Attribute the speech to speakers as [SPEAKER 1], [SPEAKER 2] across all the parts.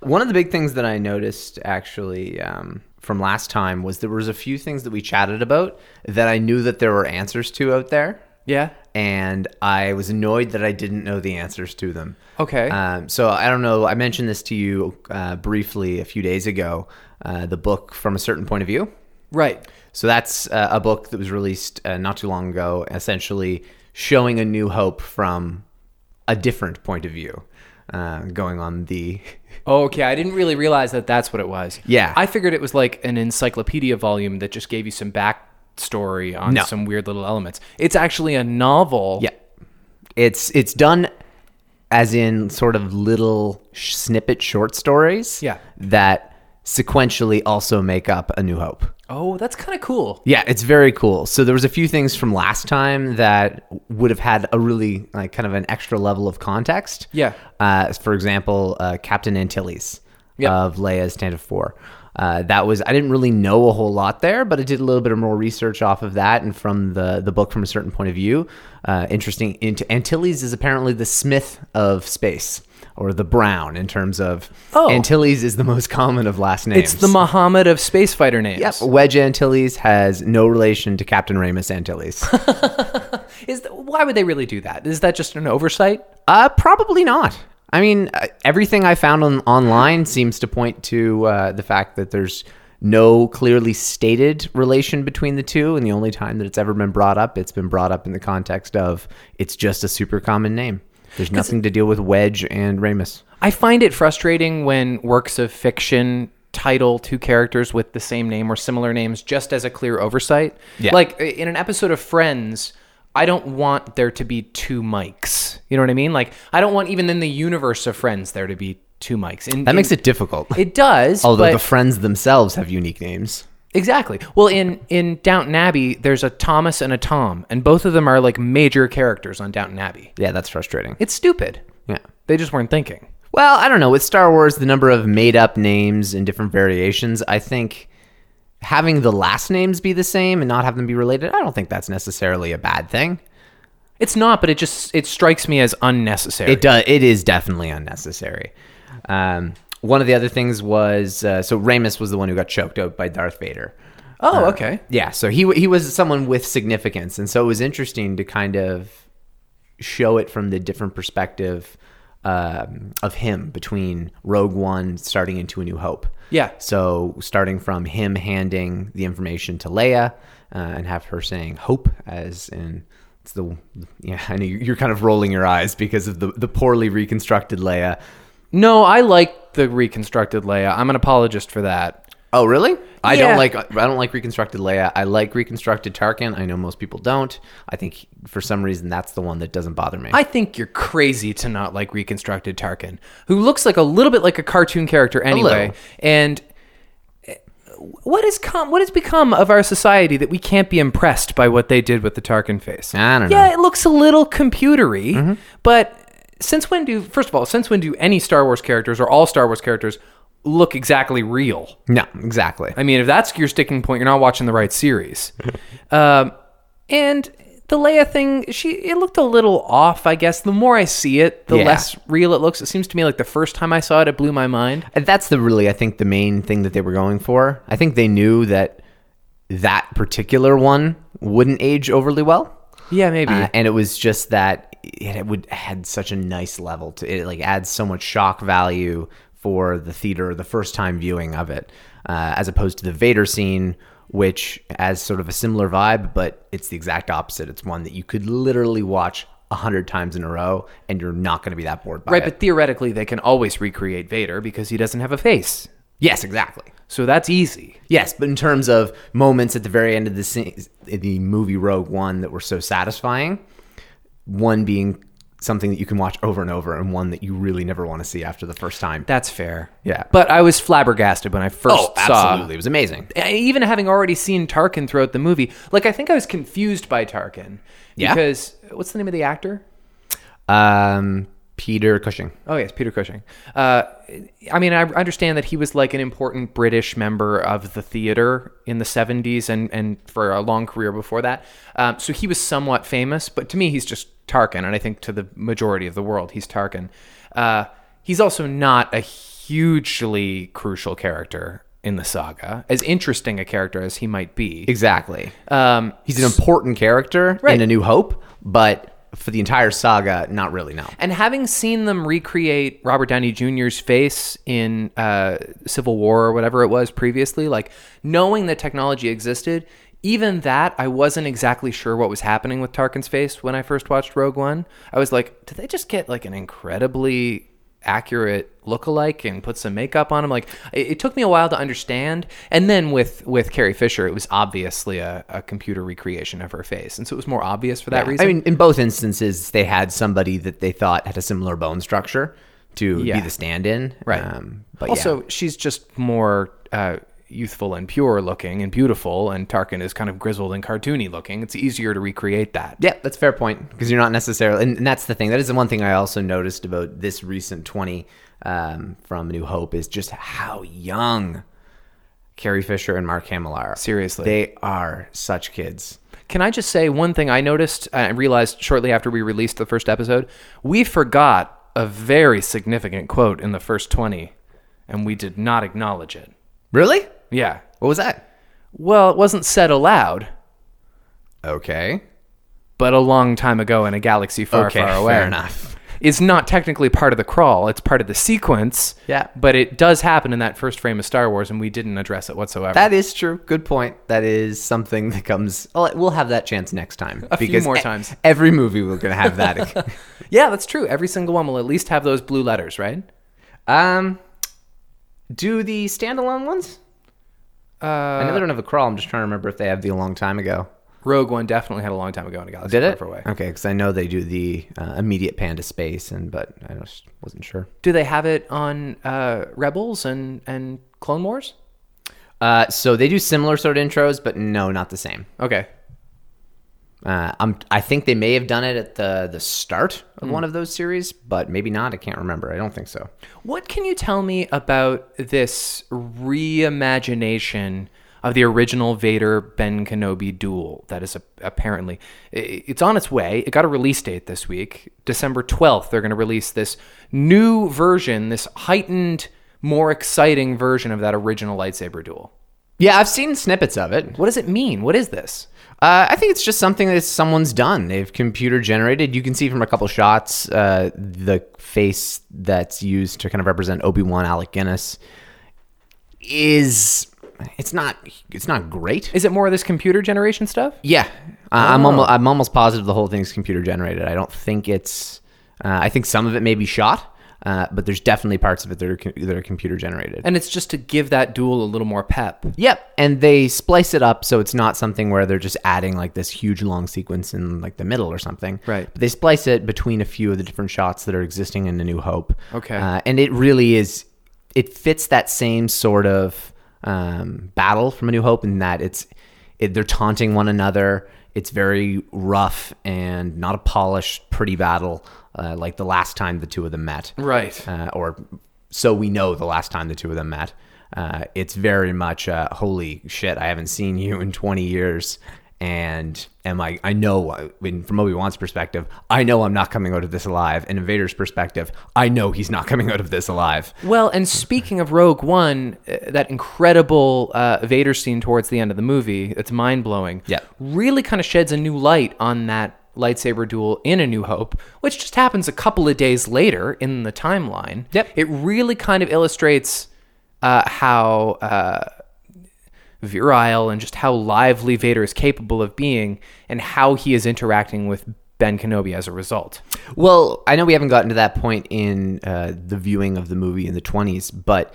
[SPEAKER 1] One of the big things that I noticed actually um, from last time was there was a few things that we chatted about that I knew that there were answers to out there,
[SPEAKER 2] Yeah.
[SPEAKER 1] and I was annoyed that I didn't know the answers to them.
[SPEAKER 2] Okay.
[SPEAKER 1] Um, so I don't know. I mentioned this to you uh, briefly a few days ago. Uh, the book from a certain point of view.
[SPEAKER 2] right.
[SPEAKER 1] So that's uh, a book that was released uh, not too long ago, essentially showing a new hope from a different point of view, uh, going on the
[SPEAKER 2] Oh, Okay, I didn't really realize that that's what it was.
[SPEAKER 1] Yeah.
[SPEAKER 2] I figured it was like an encyclopedia volume that just gave you some backstory on
[SPEAKER 1] No.
[SPEAKER 2] some weird little elements. It's actually a novel.
[SPEAKER 1] yeah. It's it's done as in sort of little sh- snippet short stories.
[SPEAKER 2] Yeah.
[SPEAKER 1] That sequentially also make up a new hope.
[SPEAKER 2] Oh, that's kind of cool.
[SPEAKER 1] Yeah, it's very cool. So there was a few things from last time that would have had a really like kind of an extra level of context.
[SPEAKER 2] Yeah.
[SPEAKER 1] Uh, for example, uh, Captain Antilles
[SPEAKER 2] Yeah.
[SPEAKER 1] of Leia's Stand of Four. Uh, that was I didn't really know a whole lot there, but I did a little bit of more research off of that and from the the book from a certain point of view. Uh, interesting. Int- Antilles is apparently the Smith of space or the Brown in terms of
[SPEAKER 2] Oh.
[SPEAKER 1] Antilles is the most common of last names.
[SPEAKER 2] It's the Muhammad of space fighter names.
[SPEAKER 1] Yep. Wedge Antilles has no relation to Captain Ramus Antilles.
[SPEAKER 2] Is th- why would they really do that? Is that just an oversight?
[SPEAKER 1] uh, probably not. I mean, uh, everything I found on online seems to point to uh, the fact that there's no clearly stated relation between the two, and the only time that it's ever been brought up, it's been brought up in the context of it's just a super common name. There's nothing to deal with Wedge and Ramus.
[SPEAKER 2] I find it frustrating when works of fiction title two characters with the same name or similar names just as a clear oversight.
[SPEAKER 1] Yeah.
[SPEAKER 2] Like i- in an episode of Friends, I don't want there to be two mics. You know what I mean? Like I don't want even in the universe of Friends there to be two mics. In,
[SPEAKER 1] That
[SPEAKER 2] in-
[SPEAKER 1] makes it difficult.
[SPEAKER 2] it does.
[SPEAKER 1] Although
[SPEAKER 2] but-
[SPEAKER 1] the friends themselves have unique names.
[SPEAKER 2] Exactly. Well, in in Downton Abbey, there's a Thomas and a Tom, and both of them are like major characters on Downton Abbey.
[SPEAKER 1] Yeah, that's frustrating.
[SPEAKER 2] It's stupid.
[SPEAKER 1] Yeah.
[SPEAKER 2] They just weren't thinking.
[SPEAKER 1] Well, I don't know. With Star Wars, the number of made up names and different variations, I think having the last names be the same and not have them be related, I don't think that's necessarily a bad thing.
[SPEAKER 2] It's not, but it just it strikes me as unnecessary.
[SPEAKER 1] It does. It is definitely unnecessary. Um, one of the other things was uh, so Ramus was the one who got choked out by Darth Vader.
[SPEAKER 2] oh, okay.
[SPEAKER 1] Yeah, so he he was someone with significance, and so it was interesting to kind of show it from the different perspective um, of him between Rogue One starting into A New Hope.
[SPEAKER 2] Yeah.
[SPEAKER 1] So starting from him handing the information to Leia uh, and have her saying "hope" as in it's the yeah. I know you- you're kind of rolling your eyes because of the the poorly reconstructed Leia.
[SPEAKER 2] No, I like the reconstructed Leia. I'm an apologist for that.
[SPEAKER 1] Oh, really? I
[SPEAKER 2] Yeah.
[SPEAKER 1] don't like I don't like reconstructed Leia. I like reconstructed Tarkin. I know most people don't. I think he- for some reason that's the one that doesn't bother me.
[SPEAKER 2] I think you're crazy to not like reconstructed Tarkin, who looks like a little bit like a cartoon character anyway.
[SPEAKER 1] little.
[SPEAKER 2] And uh, what has come what has become of our society that we can't be impressed by what they did with the Tarkin face?
[SPEAKER 1] I don't
[SPEAKER 2] yeah,
[SPEAKER 1] know. Mm-hmm.
[SPEAKER 2] it looks a little computery, but since when do first of all, since when do any Star Wars characters or all Star Wars characters look exactly real?
[SPEAKER 1] No, exactly.
[SPEAKER 2] I mean, if that's your sticking point, you're not watching the right series. um, and the Leia thing, she it looked a little off. I guess the more I see it, the
[SPEAKER 1] Yeah.
[SPEAKER 2] less real it looks. It seems to me like the first time I saw it, it blew my mind.
[SPEAKER 1] And That's the really I think the main thing that they were going for. I think they knew that that particular one wouldn't age overly well.
[SPEAKER 2] Yeah, maybe.
[SPEAKER 1] Uh, and it was just that it it would had such a nice level to it like adds so much shock value for the theater the first time viewing of it uh, as opposed to the vader scene which has sort of a similar vibe but it's the exact opposite it's one that you could literally watch a hundred times in a row and you're not going to be that bored by
[SPEAKER 2] right,
[SPEAKER 1] it
[SPEAKER 2] but theoretically, they can always recreate Vader because he doesn't have a face,
[SPEAKER 1] yes exactly
[SPEAKER 2] so that's easy.
[SPEAKER 1] Yes, but in terms of moments at the very end of the scene, the movie Rogue One that were so satisfying, one being something that you can watch over and over, and one that you really never want to see after the first time.
[SPEAKER 2] That's fair.
[SPEAKER 1] Yeah.
[SPEAKER 2] but uh, I was flabbergasted when I first
[SPEAKER 1] oh,
[SPEAKER 2] saw
[SPEAKER 1] absolutely, it was amazing.
[SPEAKER 2] I- even having already seen Tarkin throughout the movie, like I think I was confused by Tarkin
[SPEAKER 1] Yeah?
[SPEAKER 2] because what's the name of the actor?
[SPEAKER 1] Um, Peter Cushing.
[SPEAKER 2] Oh yes, Peter Cushing. Uh, I mean, I understand that he was like an important British member of the theater in the '70s and and for a long career before that. Um, so he was somewhat famous, but to me, he's just Tarkin, and I think to the majority of the world, he's Tarkin. Uh, he's also not a hugely crucial character in the saga, as interesting a character as he might be.
[SPEAKER 1] Exactly.
[SPEAKER 2] Um,
[SPEAKER 1] He's an important character
[SPEAKER 2] Right.
[SPEAKER 1] in A New Hope, but for the entire saga, not really. No.
[SPEAKER 2] and having seen them recreate Robert Downey Jr.'s face in uh, Civil War or whatever it was previously, like knowing that technology existed, even that I wasn't exactly sure what was happening with Tarkin's face when I first watched Rogue One. I was like, did they just get like an incredibly accurate look-alike and put some makeup on him like it, it took me a while to understand and then with with carrie fisher it was obviously a, a computer recreation of her face and so it was more obvious for that reason
[SPEAKER 1] I mean, in both instances, they had somebody that they thought had a similar bone structure to
[SPEAKER 2] Yeah.
[SPEAKER 1] be the stand-in. Um,
[SPEAKER 2] Right.
[SPEAKER 1] but yeah.
[SPEAKER 2] also, she's just more uh, youthful and pure looking and beautiful, and Tarkin is kind of grizzled and cartoony looking. It's easier to recreate that.
[SPEAKER 1] Yeah, that's a fair point because you're not necessarily, and, and that's the thing. That is the one thing I also noticed about this recent 20 um, from New Hope is just how young Carrie Fisher and Mark Hamill are.
[SPEAKER 2] Seriously.
[SPEAKER 1] they are such kids.
[SPEAKER 2] Can I just say one thing I noticed uh, and realized shortly after we released the first episode? We forgot a very significant quote in the first 20, and we did not acknowledge it.
[SPEAKER 1] Really?
[SPEAKER 2] Yeah.
[SPEAKER 1] What was that?
[SPEAKER 2] Well, it wasn't said aloud,
[SPEAKER 1] Okay.
[SPEAKER 2] but a long time ago in a galaxy far,
[SPEAKER 1] Okay,
[SPEAKER 2] far away.
[SPEAKER 1] fair enough.
[SPEAKER 2] It's not technically part of the crawl. It's part of the sequence.
[SPEAKER 1] Yeah.
[SPEAKER 2] But it does happen in that first frame of Star Wars, and we didn't address it whatsoever.
[SPEAKER 1] That is true. Good point. That is something that comes. well, We'll have that chance next time.
[SPEAKER 2] A few more
[SPEAKER 1] e-
[SPEAKER 2] times.
[SPEAKER 1] Every movie we're going to have that.
[SPEAKER 2] yeah, that's true. Every single one will at least have those blue letters, right?
[SPEAKER 1] um, do the standalone ones?
[SPEAKER 2] Uh,
[SPEAKER 1] I know they don't have a crawl. I'm just trying to remember if they have the a long time ago.
[SPEAKER 2] Rogue One definitely had a long time ago in a galaxy
[SPEAKER 1] Did it?
[SPEAKER 2] far, far away.
[SPEAKER 1] Okay, because I know they do the uh, immediate panda space, and but I just wasn't sure.
[SPEAKER 2] Do they have it on uh, Rebels and and Clone Wars?
[SPEAKER 1] Uh, so they do similar sort of intros, but no, not the same.
[SPEAKER 2] Okay.
[SPEAKER 1] Uh, I'm, I think they may have done it at the the start of one of those series, but maybe not. I can't remember. I don't think so.
[SPEAKER 2] What can you tell me about this reimagination of the original Vader Ben Kenobi duel that is a- apparently i- it's on its way. It got a release date this week, December 12th. They're going to release this new version, this heightened, more exciting version of that original lightsaber duel.
[SPEAKER 1] Yeah, I've seen snippets of it.
[SPEAKER 2] What does it mean? What is this?
[SPEAKER 1] Uh, I think it's just something that someone's done. They've computer generated. You can see from a couple shots uh, the face that's used to kind of represent Obi Wan Alec Guinness is it's not it's not great.
[SPEAKER 2] Is it more of this computer generation stuff?
[SPEAKER 1] yeah, I I'm almost I'm almost positive the whole thing's computer generated. I don't think it's. Uh, I think some of it may be shot. Uh, but there's definitely parts of it that are, co- that are computer generated.
[SPEAKER 2] And it's just to give that duel a little more pep.
[SPEAKER 1] Yep, and they splice it up so it's not something where they're just adding like this huge long sequence in like the middle or something.
[SPEAKER 2] Right.
[SPEAKER 1] But they splice it between a few of the different shots that are existing in A New Hope.
[SPEAKER 2] Okay.
[SPEAKER 1] Uh, and it really is, it fits that same sort of um, battle from A New Hope in that it's it, they're taunting one another. It's very rough and not a polished, pretty battle uh, like the last time the two of them met
[SPEAKER 2] Right.
[SPEAKER 1] uh, or so we know the last time the two of them met. Uh, it's very much uh, holy shit. I haven't seen you in 20 years, and am I? I know. I mean, from Obi Wan's perspective, I know I'm not coming out of this alive. And Invader's perspective, I know he's not coming out of this alive.
[SPEAKER 2] Well, and speaking of Rogue One, uh, that incredible uh, Vader scene towards the end of the movie, it's mind blowing.
[SPEAKER 1] Yeah.
[SPEAKER 2] Really kind of sheds a new light on that lightsaber duel in A New Hope, which just happens a couple of days later in the timeline.
[SPEAKER 1] Yep.
[SPEAKER 2] It really kind of illustrates uh, how. Uh, virile and just how lively Vader is capable of being and how he is interacting with Ben Kenobi as a result.
[SPEAKER 1] Well, I know we haven't gotten to that point in uh, the viewing of the movie in the 20s, but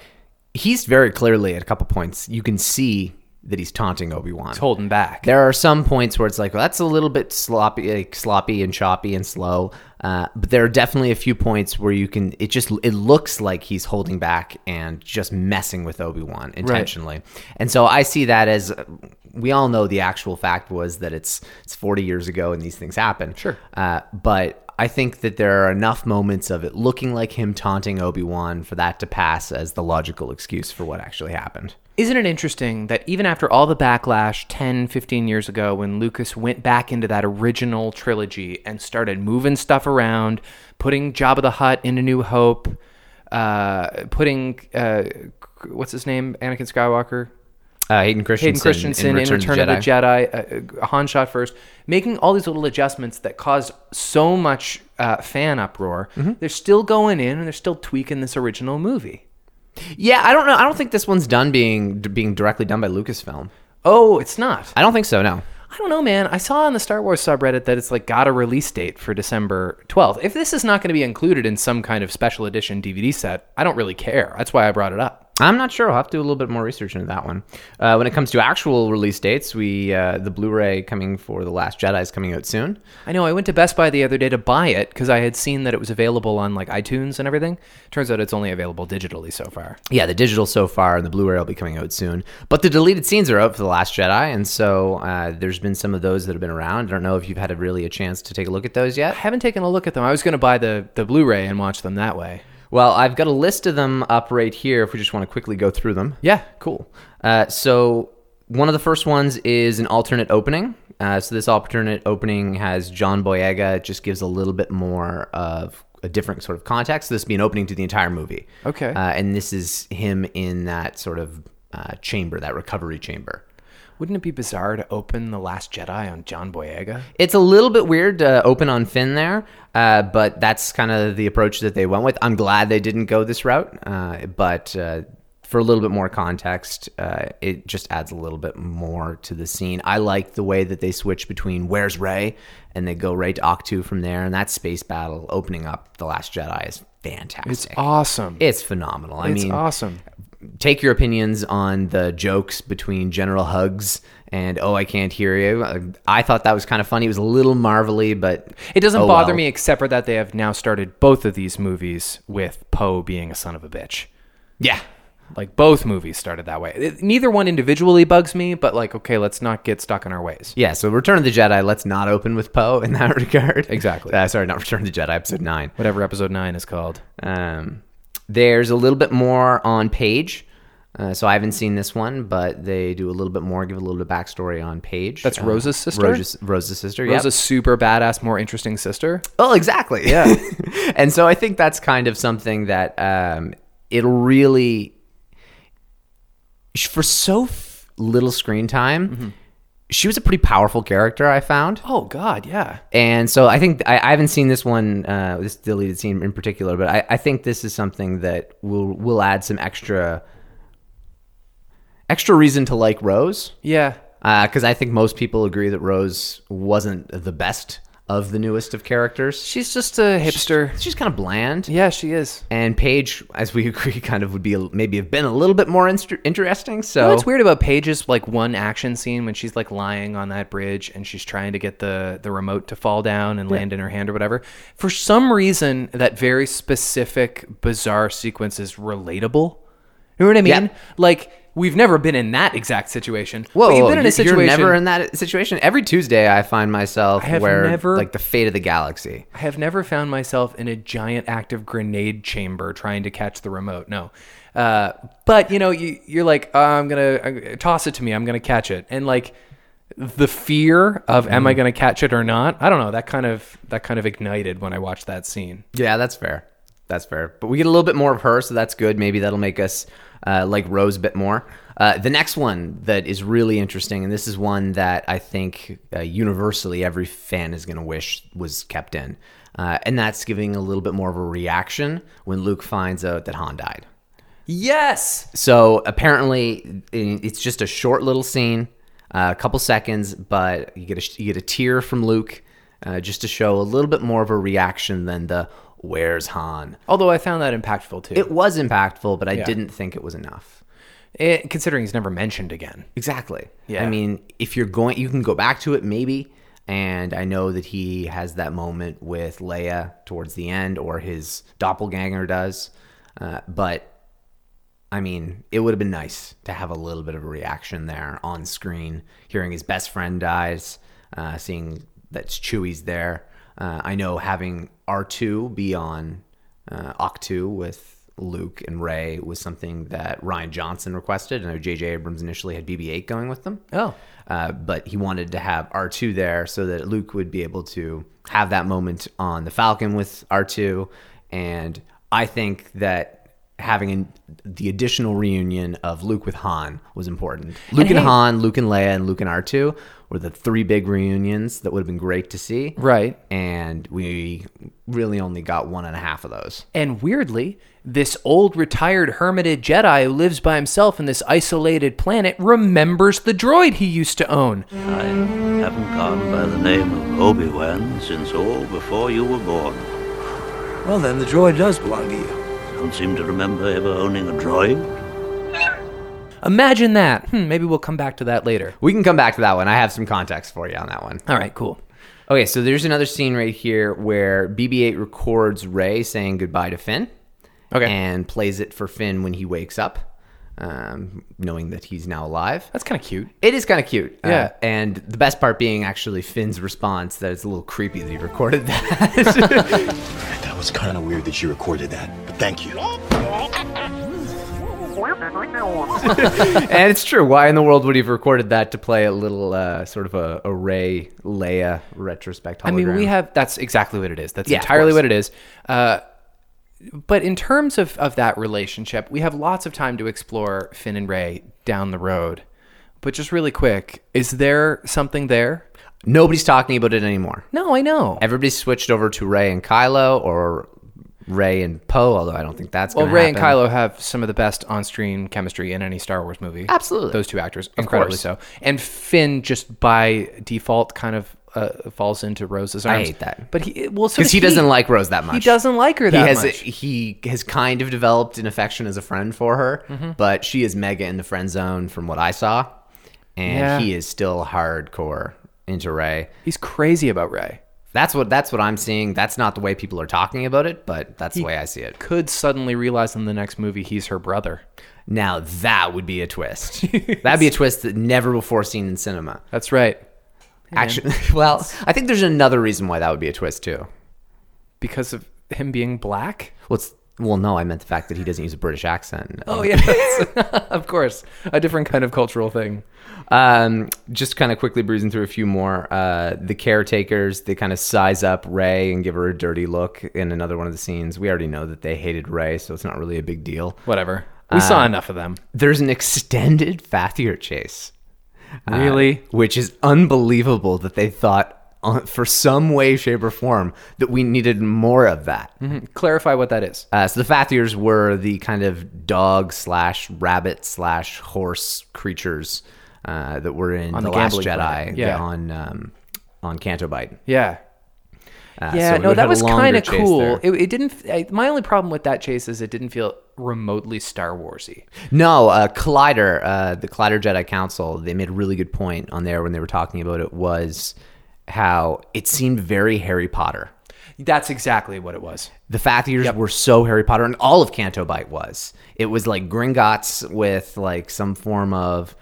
[SPEAKER 1] he's very clearly at a couple points. You can see that he's taunting Obi Wan.
[SPEAKER 2] Holding back.
[SPEAKER 1] There are some points where it's like, well, that's a little bit sloppy, like, sloppy and choppy and slow. Uh, but there are definitely a few points where you can. It just it looks like he's holding back and just messing with Obi Wan intentionally. And so I see that as we all know the actual fact was that it's it's 40 years ago and these things happen.
[SPEAKER 2] Sure.
[SPEAKER 1] Uh, but I think that there are enough moments of it looking like him taunting Obi Wan for that to pass as the logical excuse for what actually happened.
[SPEAKER 2] Isn't it interesting that even after all the backlash 10, 15 years ago, when Lucas went back into that original trilogy and started moving stuff around, putting Jabba the Hutt in A New Hope, uh, putting uh, what's his name, Anakin Skywalker,
[SPEAKER 1] Uh, Hayden Christensen,
[SPEAKER 2] Hayden Christensen in Return, of the Jedi, uh, uh, Han shot first, making all these little adjustments that caused so much uh, fan uproar. They're still going in and they're still tweaking this original movie.
[SPEAKER 1] Yeah, I don't know. I don't think this one's done being being directly done by Lucasfilm.
[SPEAKER 2] Oh, it's not.
[SPEAKER 1] I don't think so. No.
[SPEAKER 2] I don't know, man. I saw on the Star Wars subreddit that it's like got a release date for December 12th. If this is not going to be included in some kind of special edition DVD set, I don't really care. That's why I brought it up.
[SPEAKER 1] I'm not sure. I'll have to do a little bit more research into that one. Uh, when it comes to actual release dates, we uh, the Blu-ray coming for the Last Jedi is coming out soon.
[SPEAKER 2] I know I went to Best Buy the other day to buy it because I had seen that it was available on like iTunes and everything. Turns out it's only available digitally so far.
[SPEAKER 1] Yeah, the digital so far, and the Blu-ray will be coming out soon. But the deleted scenes are out for the Last Jedi, and so uh, there's been some of those that have been around. I don't know if you've had a, really a chance to take a look at those yet.
[SPEAKER 2] I haven't taken a look at them. I was going to buy the, the Blu ray and watch them that way.
[SPEAKER 1] Well, I've got a list of them up right here. If we just want to quickly go through them.
[SPEAKER 2] Yeah, cool.
[SPEAKER 1] Uh, so one of the first ones is an alternate opening. Uh, so this alternate opening has John Boyega. It just gives a little bit more of a different sort of context. This would be an opening to the entire movie.
[SPEAKER 2] Okay.
[SPEAKER 1] Uh, and this is him in that sort of uh, chamber, that recovery chamber.
[SPEAKER 2] Wouldn't it be bizarre to open The Last Jedi on John Boyega?
[SPEAKER 1] It's a little bit weird to open on Finn there, uh, but that's kind of the approach that they went with. I'm glad they didn't go this route, uh, but uh, for a little bit more context, uh, it just adds a little bit more to the scene. I like the way that they switch between where's Ray and they go right to Octu from there, and that space battle opening up The Last Jedi is fantastic.
[SPEAKER 2] It's awesome.
[SPEAKER 1] It's phenomenal. I
[SPEAKER 2] it's
[SPEAKER 1] mean,
[SPEAKER 2] awesome.
[SPEAKER 1] take your opinions on the jokes between General Hugs and "Oh, I can't hear you." Uh, I thought that was kind of funny. It was a little marvelly, but
[SPEAKER 2] It doesn't
[SPEAKER 1] oh,
[SPEAKER 2] bother
[SPEAKER 1] well.
[SPEAKER 2] me except for that they have now started both of these movies with Poe being a son of a bitch.
[SPEAKER 1] Yeah,
[SPEAKER 2] Like both movies started that way. It- neither one individually bugs me, but like, okay, let's not get stuck in our ways.
[SPEAKER 1] yeah. So, Return of the Jedi. Let's not open with Poe in that regard.
[SPEAKER 2] Exactly.
[SPEAKER 1] Uh, sorry, not Return of the Jedi, Episode Nine.
[SPEAKER 2] Whatever episode nine is called.
[SPEAKER 1] Um, there's a little bit more on page. Uh, so I haven't seen this one, but they do a little bit more, give a little bit of backstory on page.
[SPEAKER 2] That's
[SPEAKER 1] Uh,
[SPEAKER 2] Rosa's sister?
[SPEAKER 1] Rosa's, Rosa's sister. yep.
[SPEAKER 2] Rose's super badass, more interesting sister.
[SPEAKER 1] Oh, exactly. Yeah. and so I think that's kind of something that um, it'll really, for so f- little screen time, she was a pretty powerful character, I found.
[SPEAKER 2] Oh God, yeah.
[SPEAKER 1] And so I think I, I haven't seen this one, uh, this deleted scene in particular, but I, I think this is something that will will add some extra extra reason to like Rose
[SPEAKER 2] Yeah.
[SPEAKER 1] because I think most people agree that Rose wasn't the best of the newest of characters.
[SPEAKER 2] She's just a hipster.
[SPEAKER 1] She's kind of bland.
[SPEAKER 2] Yeah, she is.
[SPEAKER 1] And Paige, as we agree, kind of would be a- maybe have been a little bit more inst- interesting. So
[SPEAKER 2] You know what's weird about Paige's like one action scene when she's like lying on that bridge and she's trying to get the the remote to fall down and land in her hand or whatever. For some reason, that very specific bizarre sequence is relatable. You know what I mean?
[SPEAKER 1] Yeah.
[SPEAKER 2] Like we've never been in that exact situation.
[SPEAKER 1] Whoa,
[SPEAKER 2] but you've been in a situation.
[SPEAKER 1] You're never in that situation. Every Tuesday, I find myself
[SPEAKER 2] have
[SPEAKER 1] where
[SPEAKER 2] never-
[SPEAKER 1] like the fate of the galaxy.
[SPEAKER 2] I have never found myself in a giant active grenade chamber trying to catch the remote. No. Uh, but you know, you, you're like, uh, I'm gonna uh, toss it to me. I'm gonna catch it, and like the fear of, am I gonna catch it or not? I don't know. That kind of that kind of ignited when I watched that scene.
[SPEAKER 1] Yeah, that's fair. That's fair. But we get a little bit more of her, so that's good. Maybe that'll make us uh, like Rose a bit more. Uh, the next one that is really interesting, and this is one that I think uh, universally every fan is going to wish was kept in, uh, and that's giving a little bit more of a reaction when Luke finds out that Han died.
[SPEAKER 2] Yes.
[SPEAKER 1] So apparently, it- it's just a short little scene, uh, a couple seconds, but you get a, you get a tear from Luke, uh, just to show a little bit more of a reaction than the "Where's Han."
[SPEAKER 2] Although I found that impactful too,
[SPEAKER 1] It was impactful, but I didn't think it was enough.
[SPEAKER 2] Eh, considering he's never mentioned again.
[SPEAKER 1] Exactly.
[SPEAKER 2] Yeah.
[SPEAKER 1] I mean, if you're going, you can go back to it maybe. And I know that he has that moment with Leia towards the end, or his doppelganger does. Uh, but I mean, it would have been nice to have a little bit of a reaction there on screen, hearing his best friend dies, uh, seeing that Chewie's there. Uh, I know having R2 be on uh, Octu with Luke and Ray was something that Ryan Johnson requested. I know J.J. Abrams initially had BB 8 going with them.
[SPEAKER 2] Oh.
[SPEAKER 1] Uh, but he wanted to have R2 there so that Luke would be able to have that moment on the Falcon with R2. And I think that having an, the additional reunion of Luke with Han was important. Luke and,
[SPEAKER 2] hey-
[SPEAKER 1] Han, Luke and Leia, and Luke and R2 were the three big reunions that would have been great to see.
[SPEAKER 2] Right.
[SPEAKER 1] And we really only got one and a half of those.
[SPEAKER 2] And weirdly, this old retired hermited Jedi who lives by himself in this isolated planet remembers the droid he used to own.
[SPEAKER 3] I haven't gone by the name of Obi-Wan since all before you were born.
[SPEAKER 4] Well, then the droid does belong to you.
[SPEAKER 3] Don't seem to remember ever owning a droid.
[SPEAKER 2] Imagine that. Hmm, maybe we'll come back to that later.
[SPEAKER 1] We can come back to that one. I have some context for you on that one.
[SPEAKER 2] All right, cool.
[SPEAKER 1] Okay, so there's another scene right here where BB-8 records Ray saying goodbye to Finn.
[SPEAKER 2] Okay.
[SPEAKER 1] And plays it for Finn when he wakes up, um, knowing that he's now alive.
[SPEAKER 2] That's kind of cute.
[SPEAKER 1] It is kind of cute. Uh,
[SPEAKER 2] Yeah.
[SPEAKER 1] and the best part being actually Finn's response that it's a little creepy that he recorded that.
[SPEAKER 5] That was kind of weird that you recorded that, but thank you.
[SPEAKER 1] and it's true. Why in the world would he have recorded that to play a little uh, sort of a, a Ray Leia retrospect hologram?
[SPEAKER 2] I mean, we have that's exactly what it is. That's
[SPEAKER 1] Yeah, of
[SPEAKER 2] entirely
[SPEAKER 1] course.
[SPEAKER 2] what it is. Uh, but in terms of, of that relationship, we have lots of time to explore Finn and Ray down the road. But just really quick, is there something there?
[SPEAKER 1] Nobody's talking about it anymore.
[SPEAKER 2] No, I know.
[SPEAKER 1] Everybody's switched over to Ray and Kylo or Ray and Poe, although I don't think that's
[SPEAKER 2] Well,
[SPEAKER 1] gonna
[SPEAKER 2] Ray and
[SPEAKER 1] happen.
[SPEAKER 2] Kylo have some of the best on-screen chemistry in any Star Wars movie.
[SPEAKER 1] Absolutely.
[SPEAKER 2] those two actors, incredibly
[SPEAKER 1] course.
[SPEAKER 2] so. And Finn, just by default, kind of uh, falls into Rose's arms.
[SPEAKER 1] hate that.
[SPEAKER 2] but he well, so
[SPEAKER 1] because
[SPEAKER 2] does
[SPEAKER 1] he doesn't like Rose that much.
[SPEAKER 2] He doesn't like her
[SPEAKER 1] He
[SPEAKER 2] that
[SPEAKER 1] has
[SPEAKER 2] much.
[SPEAKER 1] he has kind of developed an affection as a friend for her,
[SPEAKER 2] Mm-hmm.
[SPEAKER 1] but she is mega in the friend zone from what I saw, and
[SPEAKER 2] Yeah.
[SPEAKER 1] he is still hardcore into Ray.
[SPEAKER 2] He's crazy about Ray.
[SPEAKER 1] That's what that's what I'm seeing. That's not the way people are talking about it, but that's the way I see it.
[SPEAKER 2] Could suddenly realize in the next movie he's her brother.
[SPEAKER 1] Now that would be a twist. That'd be a twist that never before seen in cinema.
[SPEAKER 2] That's right,
[SPEAKER 1] Actually, well, I think there's another reason why that would be a twist too.
[SPEAKER 2] because of him being black.
[SPEAKER 1] Well, it's, well, no, I meant the fact that he doesn't use a British accent.
[SPEAKER 2] Oh yes, of course, a different kind of cultural thing.
[SPEAKER 1] Um, just kind of quickly breezing through a few more. Uh, the caretakers, they kind of size up Ray and give her a dirty look in another one of the scenes. We already know that they hated Ray, so it's not really a big deal.
[SPEAKER 2] Whatever. We
[SPEAKER 1] Uh,
[SPEAKER 2] saw enough of them.
[SPEAKER 1] There's an extended Fathier chase, uh,
[SPEAKER 2] Really?
[SPEAKER 1] which is unbelievable that they thought uh, for some way, shape, or form that we needed more of that.
[SPEAKER 2] Clarify what that is.
[SPEAKER 1] Uh, so the Fathiers were the kind of dog slash rabbit slash horse creatures uh, that were in
[SPEAKER 2] On
[SPEAKER 1] the,
[SPEAKER 2] the
[SPEAKER 1] Last
[SPEAKER 2] gambling
[SPEAKER 1] Jedi
[SPEAKER 2] planet. Yeah.
[SPEAKER 1] on um, on Canto Bight.
[SPEAKER 2] Yeah.
[SPEAKER 1] Uh,
[SPEAKER 2] Yeah,
[SPEAKER 1] so we
[SPEAKER 2] no,
[SPEAKER 1] would've
[SPEAKER 2] that
[SPEAKER 1] had a
[SPEAKER 2] was
[SPEAKER 1] longer
[SPEAKER 2] kind of
[SPEAKER 1] chase
[SPEAKER 2] cool.
[SPEAKER 1] there.
[SPEAKER 2] It, it didn't. I, my only problem with that chase is it didn't feel remotely Star Warsy.
[SPEAKER 1] No, uh, Collider, uh, the Collider Jedi Council, they made a really good point on there when they were talking about it was how it seemed very Harry Potter.
[SPEAKER 2] That's exactly what it was.
[SPEAKER 1] The Fathiers were so Harry Potter, and all of Canto Bight was. It was like Gringotts with like some form of,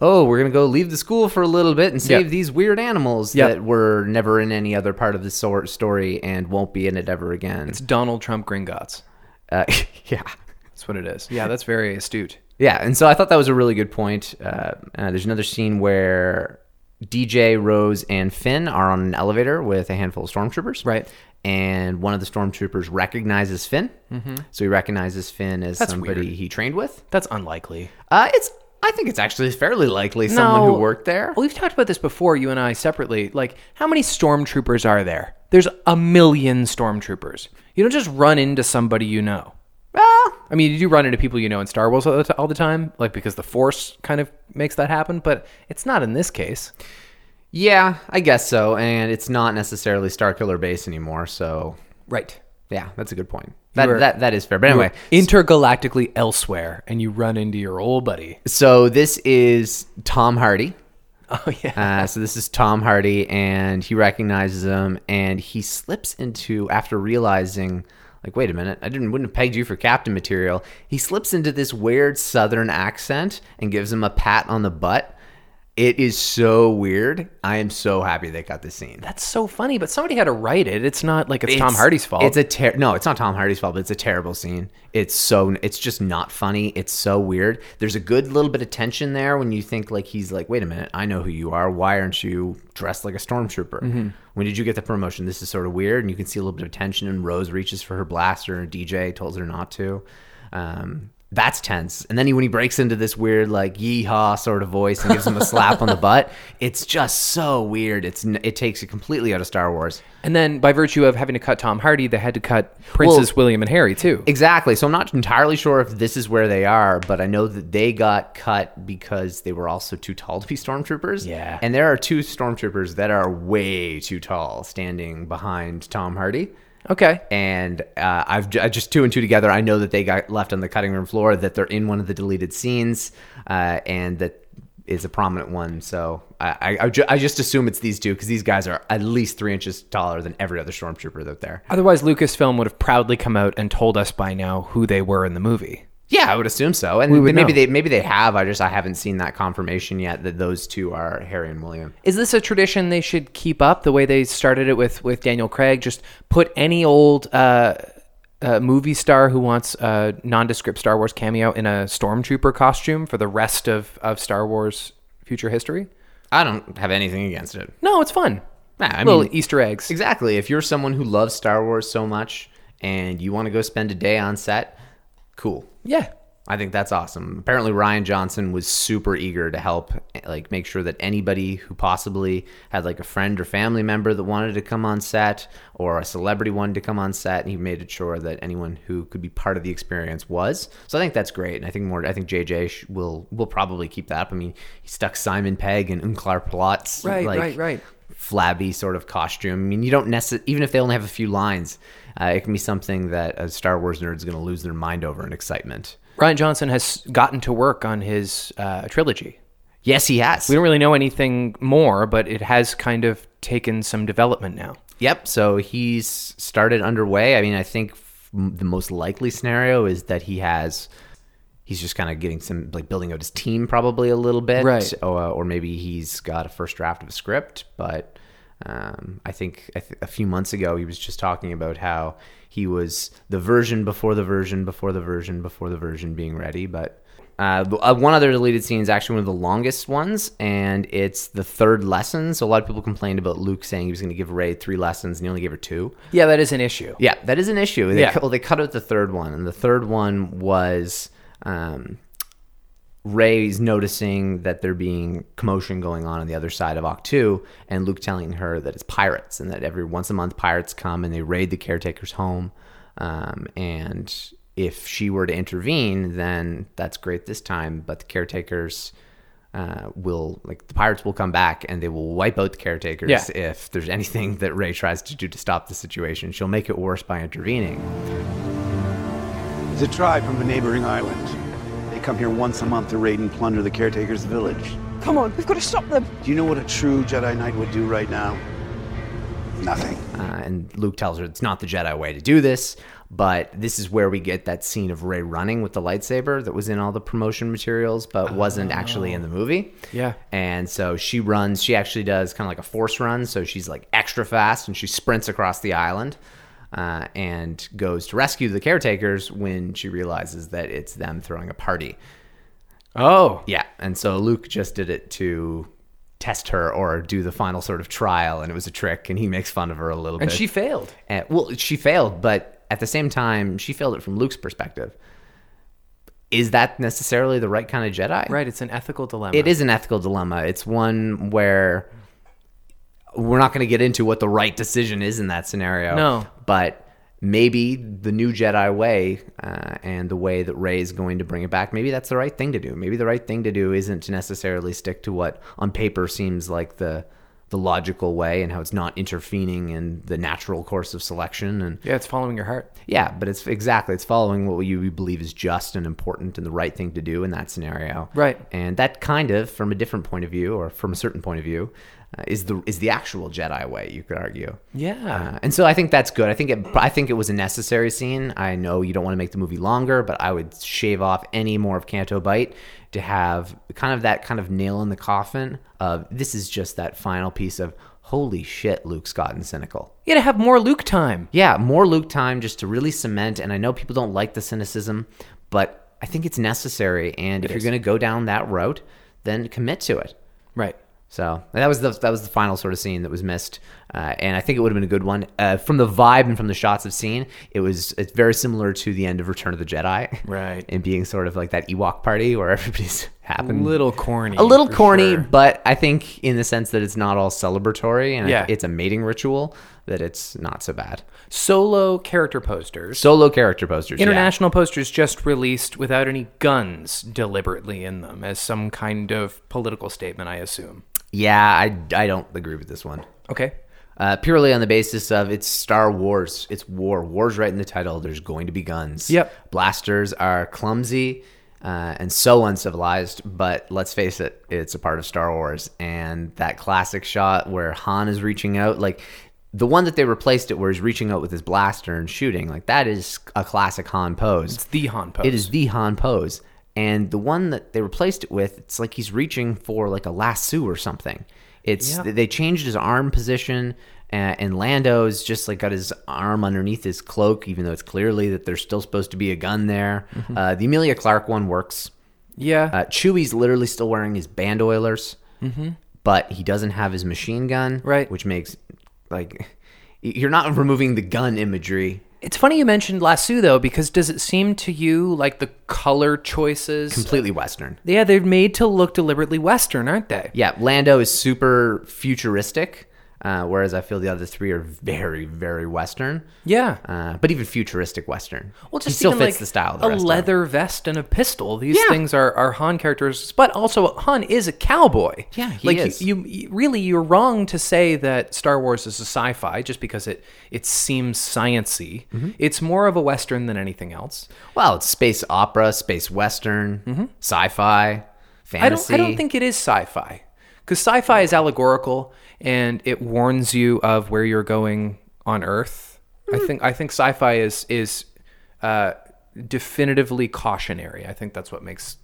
[SPEAKER 1] oh, we're gonna go leave the school for a little bit and save
[SPEAKER 2] Yep.
[SPEAKER 1] these weird animals
[SPEAKER 2] Yep.
[SPEAKER 1] that were never in any other part of the sor- story and won't be in it ever again.
[SPEAKER 2] Donald Trump Gringotts.
[SPEAKER 1] Uh, yeah,
[SPEAKER 2] That's what it is. Yeah, that's very astute.
[SPEAKER 1] yeah, and so I thought that was a really good point. Uh, uh, there's another scene where DJ Rose and Finn are on an elevator with a handful of stormtroopers,
[SPEAKER 2] Right.
[SPEAKER 1] And one of the stormtroopers recognizes Finn, so he recognizes Finn as somebody he trained with.
[SPEAKER 2] That's unlikely.
[SPEAKER 1] Uh, it's I think it's actually fairly likely someone who worked there.
[SPEAKER 2] We've talked about this before, you and I separately. Like, how many stormtroopers are there? There's a million stormtroopers. You don't just run into somebody you know.
[SPEAKER 1] Well,
[SPEAKER 2] I mean, you do run into people you know in Star Wars all the, t- all the time, like because the Force kind of makes that happen, but it's not in this case.
[SPEAKER 1] yeah, I guess so. And it's not necessarily Starkiller Base anymore, so
[SPEAKER 2] Right.
[SPEAKER 1] yeah, that's a good point. That
[SPEAKER 2] were-
[SPEAKER 1] that, that is fair. But anyway,
[SPEAKER 2] intergalactically elsewhere and you run into your old buddy.
[SPEAKER 1] so this is Tom Hardy.
[SPEAKER 2] Oh yeah.
[SPEAKER 1] Uh, so this is Tom Hardy, and he recognizes him, and he slips into after realizing, like, wait a minute, I didn't wouldn't have pegged you for captain material. He slips into this weird Southern accent and gives him a pat on the butt. It is so weird. I am so happy they got this scene.
[SPEAKER 2] That's so funny, but somebody had to write it. It's not like it's, Tom Hardy's fault.
[SPEAKER 1] It's a ter- no, it's not Tom Hardy's fault, but it's a terrible scene. It's so it's just not funny. It's so weird. There's a good little bit of tension there when you think like he's like, wait a minute, I know who you are. Why aren't you dressed like a stormtrooper?
[SPEAKER 2] Mm-hmm.
[SPEAKER 1] When did you get the promotion? This is sort of weird, and you can see a little bit of tension. And Rose reaches for her blaster, and DJ tells her not to. Um, that's tense. And then he, when he breaks into this weird like yeehaw sort of voice and gives him a slap on the butt, it's just so weird. It's n- it takes it completely out of Star Wars.
[SPEAKER 2] And then by virtue of having to cut Tom Hardy, they had to cut Princess William and Harry too.
[SPEAKER 1] Exactly. So I'm not entirely sure if this is where they are, but I know that they got cut because they were also too tall to be stormtroopers.
[SPEAKER 2] Yeah.
[SPEAKER 1] And there are two stormtroopers that are way too tall standing behind Tom Hardy.
[SPEAKER 2] okay.
[SPEAKER 1] And uh, I've ju- I just two and two together. I know that they got left on the cutting room floor, that they're in one of the deleted scenes, uh, and that is a prominent one. So I, I, I, ju- I just assume it's these two because these guys are at least three inches taller than every other stormtrooper out there.
[SPEAKER 2] Otherwise, Lucasfilm would have proudly come out and told us by now who they were in the movie.
[SPEAKER 1] Yeah, I would assume so. And
[SPEAKER 2] would
[SPEAKER 1] maybe
[SPEAKER 2] know.
[SPEAKER 1] they maybe they have. I just I haven't seen that confirmation yet that those two are Harry and William.
[SPEAKER 2] Is this a tradition they should keep up the way they started it with, with Daniel Craig? Just put any old uh, uh, movie star who wants a nondescript Star Wars cameo in a stormtrooper costume for the rest of, of Star Wars future history?
[SPEAKER 1] I don't have anything against it.
[SPEAKER 2] No, it's fun.
[SPEAKER 1] Nah, I
[SPEAKER 2] Little
[SPEAKER 1] mean-
[SPEAKER 2] Easter eggs.
[SPEAKER 1] Exactly. If you're someone who loves Star Wars so much and you want to go spend a day on set, cool.
[SPEAKER 2] Yeah.
[SPEAKER 1] I think that's awesome. Apparently Ryan Johnson was super eager to help like make sure that anybody who possibly had like a friend or family member that wanted to come on set or a celebrity wanted to come on set and he made it sure that anyone who could be part of the experience was. So I think that's great and I think more I think JJ sh- will will probably keep that up. I mean, he stuck Simon Pegg and Unclar Plotz
[SPEAKER 2] Right, right, right.
[SPEAKER 1] flabby sort of costume. I mean, you don't necessarily, even if they only have a few lines, uh, it can be something that a Star Wars nerd's going to lose their mind over in excitement.
[SPEAKER 2] Ryan Johnson has gotten to work on his uh, trilogy.
[SPEAKER 1] Yes, he has.
[SPEAKER 2] We don't really know anything more, but it has kind of taken some development now.
[SPEAKER 1] Yep. So he's started underway. I mean, I think f- the most likely scenario is that he has. He's just kind of getting some like building out his team probably a little bit,
[SPEAKER 2] Right.
[SPEAKER 1] Or, or maybe he's got a first draft of a script. But um, I think I th- a few months ago he was just talking about how he was the version before the version before the version before the version being ready, but. Uh, the- uh, one other deleted scene is actually one of the longest ones, and it's the third lesson. So a lot of people complained about Luke saying he was going to give Ray three lessons, and he only gave her two.
[SPEAKER 2] Yeah, that is an issue.
[SPEAKER 1] Yeah, that is an issue. They,
[SPEAKER 2] Yeah.
[SPEAKER 1] Well, they cut out the third one, and the third one was um, Ray's noticing that there being commotion going on on the other side of Octu, and Luke telling her that it's pirates, and that every once a month pirates come and they raid the caretaker's home, um, and if she were to intervene, then that's great this time, but the caretakers. Uh, will like the pirates will come back and they will wipe out the caretakers
[SPEAKER 2] Yeah.
[SPEAKER 1] if there's anything that Ray tries to do to stop the situation, she'll make it worse by intervening.
[SPEAKER 6] It's a tribe from a neighboring island. They come here once a month to raid and plunder the caretaker's village.
[SPEAKER 7] Come on, we've got to stop them.
[SPEAKER 6] Do you know what a true Jedi Knight would do right now? Nothing.
[SPEAKER 1] Uh, and Luke tells her it's not the Jedi way to do this, but this is where we get that scene of Ray running with the lightsaber that was in all the promotion materials but wasn't actually in the movie.
[SPEAKER 2] Yeah.
[SPEAKER 1] And so she runs, she actually does kind of like a force run. So she's like extra fast and she sprints across the island uh, and goes to rescue the caretakers when she realizes that it's them throwing a party.
[SPEAKER 2] Oh,
[SPEAKER 1] Yeah, and so Luke just did it to test her or do the final sort of trial, and it was a trick, and he makes fun of her a little
[SPEAKER 2] and
[SPEAKER 1] bit.
[SPEAKER 2] she failed.
[SPEAKER 1] And- well, she failed, but at the same time, she failed it from Luke's perspective. Is that necessarily the right kind of Jedi?
[SPEAKER 2] Right, it's an ethical dilemma.
[SPEAKER 1] It is an ethical dilemma. It's one where we're not going to get into what the right decision is in that scenario.
[SPEAKER 2] No.
[SPEAKER 1] But maybe the new Jedi way uh, and the way that Rey is going to bring it back, maybe that's the right thing to do. Maybe the right thing to do isn't to necessarily stick to what on paper seems like the the logical way and how it's not interfering in the natural course of selection and
[SPEAKER 2] Yeah, it's following your heart.
[SPEAKER 1] yeah, but it's exactly it's following what you believe is just and important and the right thing to do in that scenario.
[SPEAKER 2] Right.
[SPEAKER 1] And that kind of, from a different point of view or from a certain point of view, uh, is the is the actual Jedi way. You could argue.
[SPEAKER 2] Yeah.
[SPEAKER 1] Uh, and so I think that's good. I think it, I think it was a necessary scene. I know you don't want to make the movie longer, but I would shave off any more of Canto Bite to have kind of that kind of nail in the coffin of this is just that final piece of holy shit, Luke's gotten cynical.
[SPEAKER 2] You gotta have more Luke time.
[SPEAKER 1] Yeah, more Luke time just to really cement. And I know people don't like the cynicism, but I think it's necessary. And if you're going to go down that route, then commit to it.
[SPEAKER 2] Right.
[SPEAKER 1] So and that was the that was the final sort of scene that was missed, uh, and I think it would have been a good one uh, from the vibe and from the shots of scene. It was it's very similar to the end of Return of the Jedi,
[SPEAKER 2] Right.
[SPEAKER 1] And being sort of like that Ewok party where everybody's
[SPEAKER 2] A
[SPEAKER 1] happened
[SPEAKER 2] little corny.
[SPEAKER 1] a little
[SPEAKER 2] for
[SPEAKER 1] corny,
[SPEAKER 2] sure.
[SPEAKER 1] but I think in the sense that it's not all celebratory and
[SPEAKER 2] Yeah.
[SPEAKER 1] it's a mating ritual that it's not so bad.
[SPEAKER 2] Solo character posters.
[SPEAKER 1] Solo character posters, yeah.
[SPEAKER 2] International posters just released without any guns deliberately in them as some kind of political statement, I assume.
[SPEAKER 1] Yeah, I I don't agree with this one.
[SPEAKER 2] Okay.
[SPEAKER 1] Uh, purely on the basis of it's Star Wars. It's war. War's right in the title. There's going to be guns.
[SPEAKER 2] Yep.
[SPEAKER 1] Blasters are clumsy uh, and so uncivilized, but let's face it, it's a part of Star Wars. And that classic shot where Han is reaching out, like the one that they replaced it where he's reaching out with his blaster and shooting, like that is a classic Han pose.
[SPEAKER 2] It's the Han post.
[SPEAKER 1] It is the Han pose. And the one that they replaced it with, it's like he's reaching for like a lasso or something. It's
[SPEAKER 2] Yeah.
[SPEAKER 1] they changed his arm position, uh, and Lando's just like got his arm underneath his cloak, even though it's clearly that there's still supposed to be a gun there.
[SPEAKER 2] Mm-hmm.
[SPEAKER 1] Uh, the Amelia Clark one works.
[SPEAKER 2] Yeah.
[SPEAKER 1] Uh, Chewie's literally still wearing his band oilers, but he doesn't have his machine gun,
[SPEAKER 2] Mm-hmm. Right.
[SPEAKER 1] Which makes like you're not removing the gun imagery
[SPEAKER 2] it's funny you mentioned lasso, though, because does it seem to you like the color choices?
[SPEAKER 1] completely Western.
[SPEAKER 2] yeah, they're made to look deliberately Western, aren't they?
[SPEAKER 1] Yeah, Lando is super futuristic, uh, whereas I feel the other three are very, very Western.
[SPEAKER 2] Yeah.
[SPEAKER 1] Uh, but even futuristic Western.
[SPEAKER 2] Well,
[SPEAKER 1] he
[SPEAKER 2] just
[SPEAKER 1] still
[SPEAKER 2] even,
[SPEAKER 1] fits
[SPEAKER 2] like,
[SPEAKER 1] the style. The
[SPEAKER 2] a
[SPEAKER 1] rest of them.
[SPEAKER 2] leather vest and a pistol. These
[SPEAKER 1] Yeah.
[SPEAKER 2] things are, are Han characteristics, but also Han is a cowboy.
[SPEAKER 1] Yeah, he
[SPEAKER 2] like
[SPEAKER 1] is.
[SPEAKER 2] You, you really you're wrong to say that Star Wars is a sci-fi just because it it seems sciency.
[SPEAKER 1] Mm-hmm.
[SPEAKER 2] It's more of a western than anything else.
[SPEAKER 1] Well, it's space opera, space Western, sci-fi,
[SPEAKER 2] Mm-hmm. I don't
[SPEAKER 1] fantasy.
[SPEAKER 2] I don't think it is sci-fi because sci-fi is allegorical and it warns you of where you're going on Earth.
[SPEAKER 1] Mm.
[SPEAKER 2] I think I think sci-fi is is uh, definitively cautionary. I think that's what makes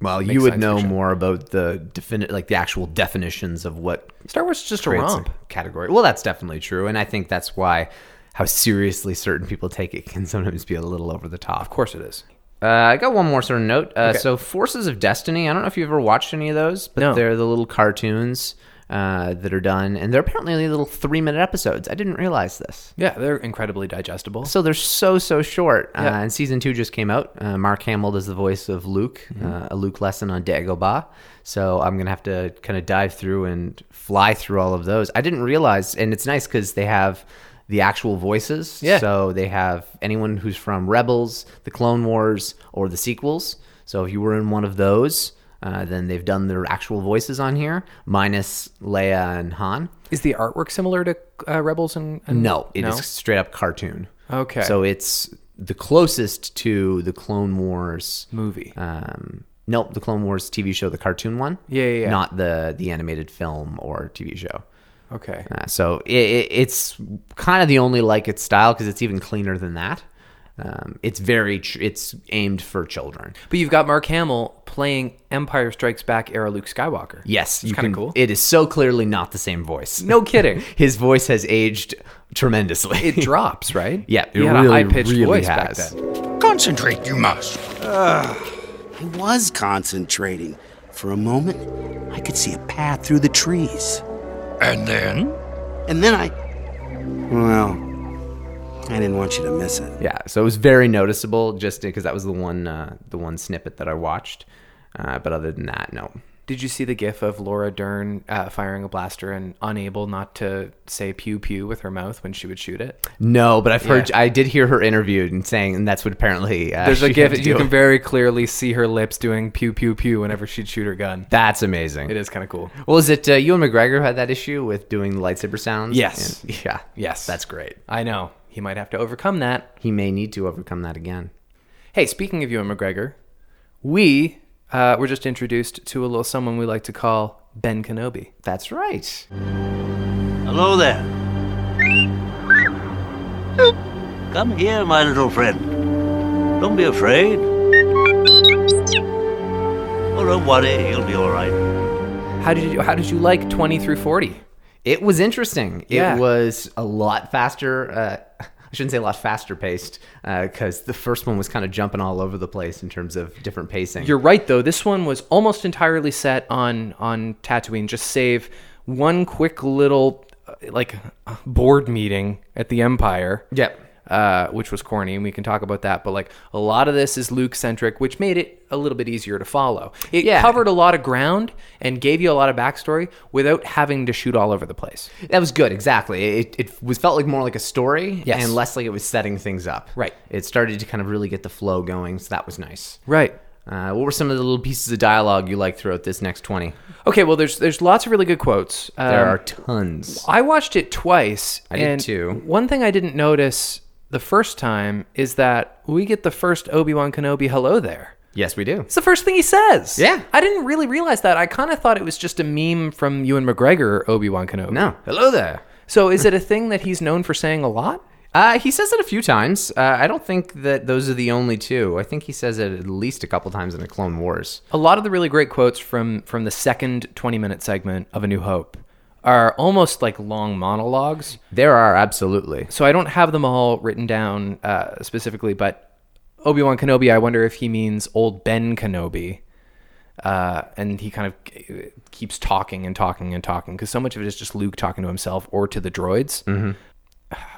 [SPEAKER 1] Well, you would
[SPEAKER 2] science
[SPEAKER 1] know
[SPEAKER 2] fiction.
[SPEAKER 1] more about the definite, like the actual definitions of what
[SPEAKER 2] Star Wars is just a
[SPEAKER 1] creates
[SPEAKER 2] romp.
[SPEAKER 1] a category. Well, that's definitely true, and I think that's why how seriously certain people take it can sometimes be a little over the top.
[SPEAKER 2] Of course it is.
[SPEAKER 1] Uh, I got one more sort of note. Uh,
[SPEAKER 2] Okay.
[SPEAKER 1] So, Forces of Destiny. I don't know if you've ever watched any of those, but
[SPEAKER 2] No.
[SPEAKER 1] they're the little cartoons uh, that are done, and they're apparently little three-minute episodes. I didn't realize this.
[SPEAKER 2] Yeah, they're incredibly digestible.
[SPEAKER 1] So they're so so short.
[SPEAKER 2] Yeah.
[SPEAKER 1] Uh, and season two just came out. Uh, Mark Hamill does the voice of Luke, uh, a Luke lesson on Dagobah. So I'm gonna have to kind of dive through and fly through all of those. I didn't realize, and it's nice because they have the actual voices.
[SPEAKER 2] Yeah.
[SPEAKER 1] So they have anyone who's from Rebels, the Clone Wars, or the sequels. So if you were in one of those. Uh, then they've done their actual voices on here, minus Leia and Han.
[SPEAKER 2] Is the artwork similar to uh, Rebels and, and
[SPEAKER 1] No, it is straight up cartoon.
[SPEAKER 2] Okay.
[SPEAKER 1] So it's the closest to the Clone Wars
[SPEAKER 2] movie?
[SPEAKER 1] Um, nope, the Clone Wars TV show, the cartoon one.
[SPEAKER 2] Yeah, yeah, yeah.
[SPEAKER 1] Not the the animated film or TV show.
[SPEAKER 2] okay.
[SPEAKER 1] Uh, so it, it, it's kind of the only like its style because it's even cleaner than that. Um, it's very ch- it's aimed for children.
[SPEAKER 2] But you've got Mark Hamill playing Empire Strikes Back era Luke Skywalker.
[SPEAKER 1] Yes,
[SPEAKER 2] It's
[SPEAKER 1] you
[SPEAKER 2] kinda
[SPEAKER 1] can.
[SPEAKER 2] cool.
[SPEAKER 1] It is so clearly not the same voice.
[SPEAKER 2] No kidding.
[SPEAKER 1] his voice has aged tremendously.
[SPEAKER 2] it drops, right?
[SPEAKER 1] Yeah, it
[SPEAKER 2] He had a
[SPEAKER 1] really,
[SPEAKER 2] high-pitched
[SPEAKER 1] really
[SPEAKER 2] voice back
[SPEAKER 1] has.
[SPEAKER 2] then.
[SPEAKER 7] Concentrate, you must.
[SPEAKER 5] I was concentrating. For a moment, I could see a path through the trees.
[SPEAKER 7] And then?
[SPEAKER 5] And then I. Well, I didn't want you to miss it.
[SPEAKER 1] Yeah, so it was very noticeable just because that was the one uh, the one snippet that I watched. Uh, but other than that, no.
[SPEAKER 2] Did you see the gif of Laura Dern uh, firing a blaster and unable not to say pew pew with her mouth when she would shoot it?
[SPEAKER 1] No, but I've heard
[SPEAKER 2] Yeah.
[SPEAKER 1] I did hear her interviewed and saying and that's what apparently uh,
[SPEAKER 2] There's a
[SPEAKER 1] she had to
[SPEAKER 2] gif you
[SPEAKER 1] do.
[SPEAKER 2] can very clearly see her lips doing pew pew pew whenever she'd shoot her gun.
[SPEAKER 1] That's amazing.
[SPEAKER 2] It is kind of cool.
[SPEAKER 1] Well, is it uh, Ewan McGregor who had that issue with doing the lightsaber sounds?
[SPEAKER 2] Yes.
[SPEAKER 1] And- yeah.
[SPEAKER 2] Yes.
[SPEAKER 1] That's great.
[SPEAKER 2] I know. He might have to overcome that.
[SPEAKER 1] He may need to overcome that again.
[SPEAKER 2] Hey, speaking of Ewan McGregor, we uh, were just introduced to a little someone we like to call Ben Kenobi.
[SPEAKER 1] That's right.
[SPEAKER 3] Hello there. Come here, my little friend. Don't be afraid. Oh, don't worry, he'll be all right.
[SPEAKER 2] How did you How did you like twenty through forty?
[SPEAKER 1] It was interesting.
[SPEAKER 2] Yeah.
[SPEAKER 1] It was a lot faster. Uh, I shouldn't say a lot faster paced because the first one was kind of jumping all over the place in terms of different pacing.
[SPEAKER 2] You're right, though. This one was almost entirely set on on Tatooine, just save one quick little uh, like uh, board meeting at the Empire.
[SPEAKER 1] Yep.
[SPEAKER 2] Uh, which was corny, and we can talk about that. But like a lot of this is Luke centric, which made it a little bit easier to follow. It
[SPEAKER 1] Yeah.
[SPEAKER 2] covered a lot of ground and gave you a lot of backstory without having to shoot all over the place.
[SPEAKER 1] That was good, exactly. It, it was felt like more like a story
[SPEAKER 2] Yes.
[SPEAKER 1] and less like it was setting things up.
[SPEAKER 2] Right.
[SPEAKER 1] It started to kind of really get the flow going, so that was nice.
[SPEAKER 2] Right.
[SPEAKER 1] Uh, what were some of the little pieces of dialogue you liked throughout this next 20?
[SPEAKER 2] Okay. Well, there's there's lots of really good quotes. Um,
[SPEAKER 1] There are tons.
[SPEAKER 2] I watched it twice.
[SPEAKER 1] did
[SPEAKER 2] and
[SPEAKER 1] too.
[SPEAKER 2] One thing I didn't notice the first time is that we get the first Obi Wan Kenobi hello there.
[SPEAKER 1] Yes, we do.
[SPEAKER 2] It's the first thing he says.
[SPEAKER 1] Yeah.
[SPEAKER 2] I didn't really realize that. I kind of thought it was just a meme from Ewan McGregor, Obi Wan Kenobi.
[SPEAKER 1] No. Hello there.
[SPEAKER 2] So is it a thing that he's known for saying a lot?
[SPEAKER 1] Uh, he says it a few times. Uh, I don't think that those are the only two. I think he says it at least a couple times in the Clone Wars.
[SPEAKER 2] A lot of the really great quotes from from the second 20 minute segment of A New Hope are almost like long monologues.
[SPEAKER 1] There are absolutely.
[SPEAKER 2] so I don't have them all written down uh, specifically, but Obi Wan Kenobi. I wonder if he means old Ben Kenobi, uh, and he kind of uh, keeps talking and talking and talking because so much of it is just Luke talking to himself or to the droids.
[SPEAKER 1] Mm-hmm.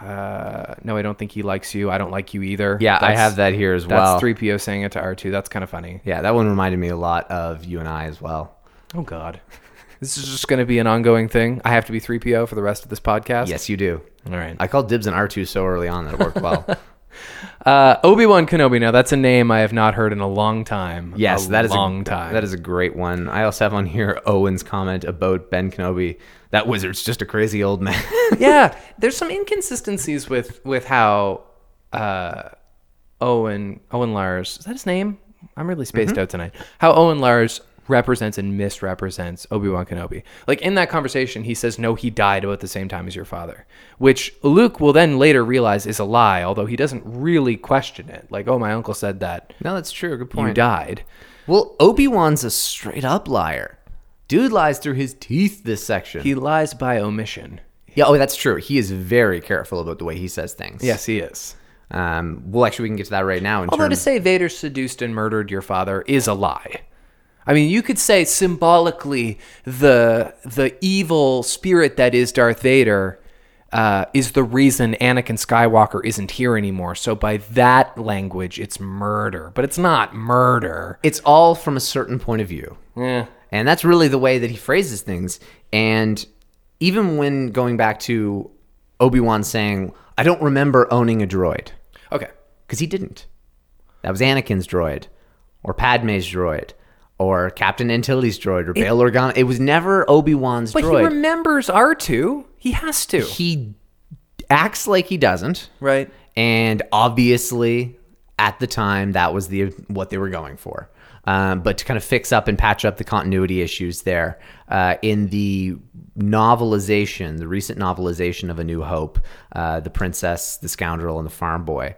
[SPEAKER 2] Uh, no, I don't think he likes you. I don't like you either.
[SPEAKER 1] Yeah, I
[SPEAKER 2] That's-
[SPEAKER 1] have that here as well.
[SPEAKER 2] That's three PO saying it to R two. That's kind of funny.
[SPEAKER 1] Yeah, that one reminded me a lot of you and I as well.
[SPEAKER 2] Oh God, this is just going to be an ongoing thing. I have to be three PO for the rest of this podcast.
[SPEAKER 1] Yes, you do.
[SPEAKER 2] All right.
[SPEAKER 1] I called dibs on R2 so early on that it worked well.
[SPEAKER 2] Uh, Obi Wan Kenobi. Now that's a name I have not heard in a long time.
[SPEAKER 1] Yes,
[SPEAKER 2] a
[SPEAKER 1] that is
[SPEAKER 2] long
[SPEAKER 1] a,
[SPEAKER 2] time.
[SPEAKER 1] That is a great one. I also have on here Owen's comment about Ben Kenobi. That wizard's just a crazy old man.
[SPEAKER 2] yeah. There's some inconsistencies with with how uh, Owen Owen Lars is that his name? I'm really spaced
[SPEAKER 1] Mm-hmm.
[SPEAKER 2] out tonight. How Owen Lars represents and misrepresents Obi Wan Kenobi. Like in that conversation, he says, "No, he died about the same time as your father," which Luke will then later realize is a lie, although he doesn't really question it. Like, "Oh, my uncle said that."
[SPEAKER 1] no, that's true. Good
[SPEAKER 2] You died.
[SPEAKER 1] Well, Obi Wan's a straight up liar. Dude lies through his teeth this section.
[SPEAKER 2] He lies by omission.
[SPEAKER 1] yeah, oh, that's true. He is very careful about the way he says things.
[SPEAKER 2] Yes, he is.
[SPEAKER 1] Um, well, actually, we can get to that right now. In
[SPEAKER 2] Although to
[SPEAKER 1] terms-
[SPEAKER 2] say Vader seduced and murdered your father is a lie. I mean, you could say symbolically the the evil spirit that is Darth Vader uh, is the reason Anakin Skywalker isn't here anymore. So by that language, it's murder, but it's not murder.
[SPEAKER 1] it's all from a certain point of view.
[SPEAKER 2] Yeah.
[SPEAKER 1] And that's really the way that he phrases things. And even when going back to Obi Wan saying, I don't remember owning a droid,
[SPEAKER 2] Okay.
[SPEAKER 1] because he didn't. That was Anakin's droid, or Padme's droid, or Captain Antille's droid, or Bail Organa. It was never Obi Wan's
[SPEAKER 2] But
[SPEAKER 1] droid.
[SPEAKER 2] he remembers R two. He has to.
[SPEAKER 1] he acts like he doesn't.
[SPEAKER 2] right.
[SPEAKER 1] and obviously at the time that was the what they were going for um, but to kind of fix up and patch up the continuity issues there uh, in the novelization the recent novelization of a new hope uh, the princess the scoundrel and the farm boy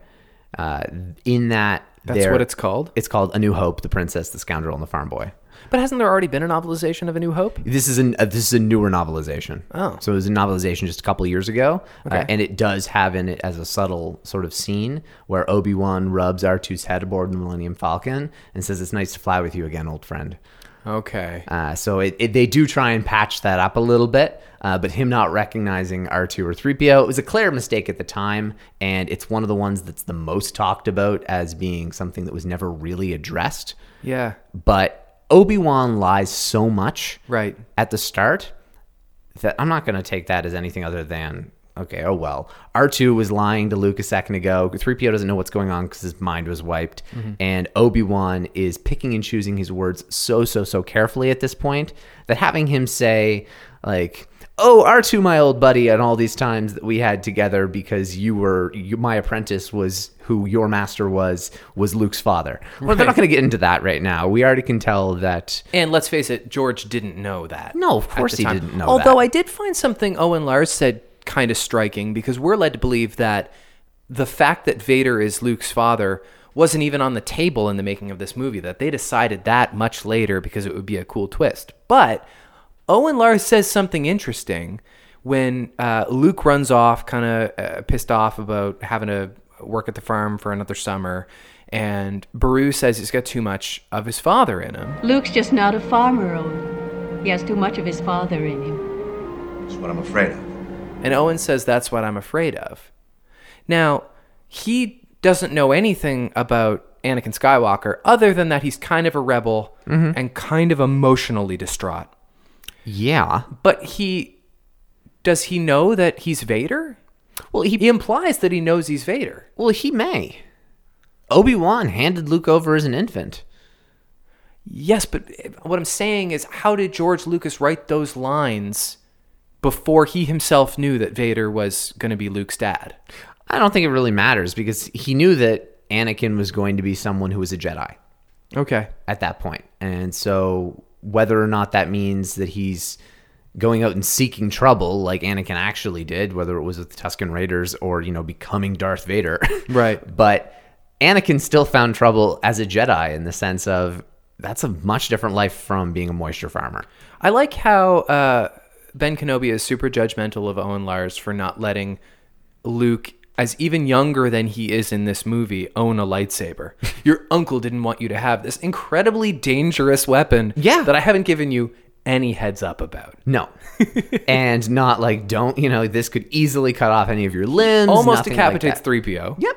[SPEAKER 1] uh, in that
[SPEAKER 2] That's
[SPEAKER 1] there-
[SPEAKER 2] what it's called?
[SPEAKER 1] it's called a new hope the princess the scoundrel and the farm boy
[SPEAKER 2] But hasn't there already been a novelization of A New Hope?
[SPEAKER 1] this is an uh, this is a newer novelization.
[SPEAKER 2] Oh.
[SPEAKER 1] so it was a novelization just a couple of years ago, uh, and it does have in it as a subtle sort of scene where Obi Wan rubs R 2s head aboard the Millennium Falcon and says, "It's nice to fly with you again, old friend."
[SPEAKER 2] Okay.
[SPEAKER 1] Uh, so it, it, they do try and patch that up a little bit, uh, but him not recognizing R two or three PO it was a clear mistake at the time, and it's one of the ones that's the most talked about as being something that was never really addressed
[SPEAKER 2] Yeah.
[SPEAKER 1] but Obi-Wan lies so much
[SPEAKER 2] Right.
[SPEAKER 1] at the start that I'm not going to take that as anything other than okay, oh well. R2 was lying to Luke a second ago. 3PO doesn't know what's going on cuz his mind was wiped and Obi-Wan is picking and choosing his words so so so carefully at this point that having him say like Oh, R2, my old buddy, and all these times that we had together because you were you, my apprentice was who your master was was Luke's father. Well, they're not going to get into that right now. We already can tell that
[SPEAKER 2] And let's face it, George didn't know that.
[SPEAKER 1] No, of
[SPEAKER 2] at
[SPEAKER 1] course
[SPEAKER 2] the
[SPEAKER 1] he
[SPEAKER 2] time.
[SPEAKER 1] didn't know
[SPEAKER 2] Although
[SPEAKER 1] that.
[SPEAKER 2] I did find something Owen Lars said kind of striking because we're led to believe that the fact that Vader is Luke's father wasn't even on the table in the making of this movie, that they decided that much later because it would be a cool twist. But Owen Lars says something interesting, when uh, Luke runs off, kind of uh, pissed off about having to work at the farm for another summer, and Baru says he's got too much of his father in him.
[SPEAKER 8] Luke's just not a farmer, Owen. He has too much of his father in him.
[SPEAKER 9] That's what I'm afraid of.
[SPEAKER 2] And Owen says that's what I'm afraid of. Now, he doesn't know anything about Anakin Skywalker other than that he's kind of a rebel and kind of emotionally distraught.
[SPEAKER 1] Yeah.
[SPEAKER 2] But he does he know that he's Vader? Well, he, implies that he knows he's Vader.
[SPEAKER 1] Well, he may. Obi Wan handed Luke over as an infant.
[SPEAKER 2] Yes, but what I'm saying is how did George Lucas write those lines before he himself knew that Vader was going to be Luke's dad?
[SPEAKER 1] I don't think it really matters because he knew that Anakin was going to be someone who was a Jedi
[SPEAKER 2] Okay.
[SPEAKER 1] at that point. And so whether or not that means that he's going out and seeking trouble like Anakin actually did, whether it was with the Tusken Raiders or, you know, becoming Darth Vader.
[SPEAKER 2] Right.
[SPEAKER 1] but Anakin still found trouble as a Jedi in the sense of that's a much different life from being a moisture farmer.
[SPEAKER 2] I like how uh, Ben Kenobi is super judgmental of Owen Lars for not letting Luke, as even younger than he is in this movie, own a lightsaber. Your uncle didn't want you to have this incredibly dangerous weapon
[SPEAKER 1] Yeah.
[SPEAKER 2] that I haven't given you any heads up about.
[SPEAKER 1] No. and not like don't, you know, this could easily cut off any of your limbs.
[SPEAKER 2] Almost
[SPEAKER 1] nothing like
[SPEAKER 2] decapitates
[SPEAKER 1] that.
[SPEAKER 2] 3PO.
[SPEAKER 1] Yep.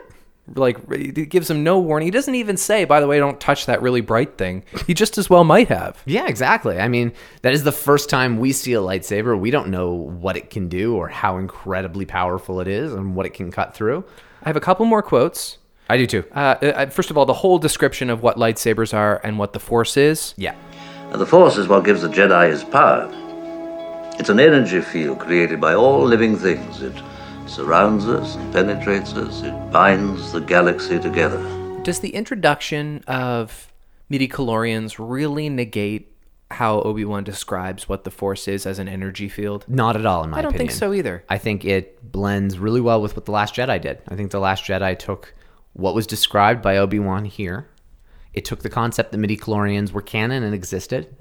[SPEAKER 2] Like, it gives him no warning. He doesn't even say, by the way, don't touch that really bright thing. He just as well might have.
[SPEAKER 1] Yeah, exactly. I mean, that is the first time we see a lightsaber. We don't know what it can do or how incredibly powerful it is and what it can cut through.
[SPEAKER 2] I have a couple more quotes.
[SPEAKER 1] I do too.
[SPEAKER 2] Uh, uh, first of all, the whole description of what lightsabers are and what the Force is.
[SPEAKER 1] yeah.
[SPEAKER 3] And the Force is what gives the Jedi his power. It's an energy field created by all living things. It surrounds us, it penetrates us, it binds the galaxy together.
[SPEAKER 2] Does the introduction of midi chlorians really negate how Obi Wan describes what the Force is as an energy field?
[SPEAKER 1] Not at all, in my
[SPEAKER 2] I don't
[SPEAKER 1] opinion.
[SPEAKER 2] think so either.
[SPEAKER 1] I think it blends really well with what The Last Jedi did. I think The Last Jedi took what was described by Obi Wan here. It took the concept that midi chlorians were canon and existed,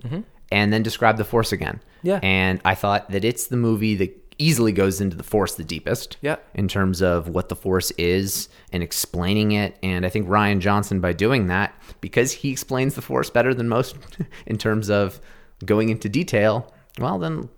[SPEAKER 1] and then described the Force again.
[SPEAKER 2] Mm-hmm. Yeah.
[SPEAKER 1] And I thought that it's the movie that easily goes into the Force the deepest.
[SPEAKER 2] Yeah.
[SPEAKER 1] In terms of what the Force is and explaining it, and I think Ryan Johnson by doing that because he explains the Force better than most in terms of going into detail. Well, then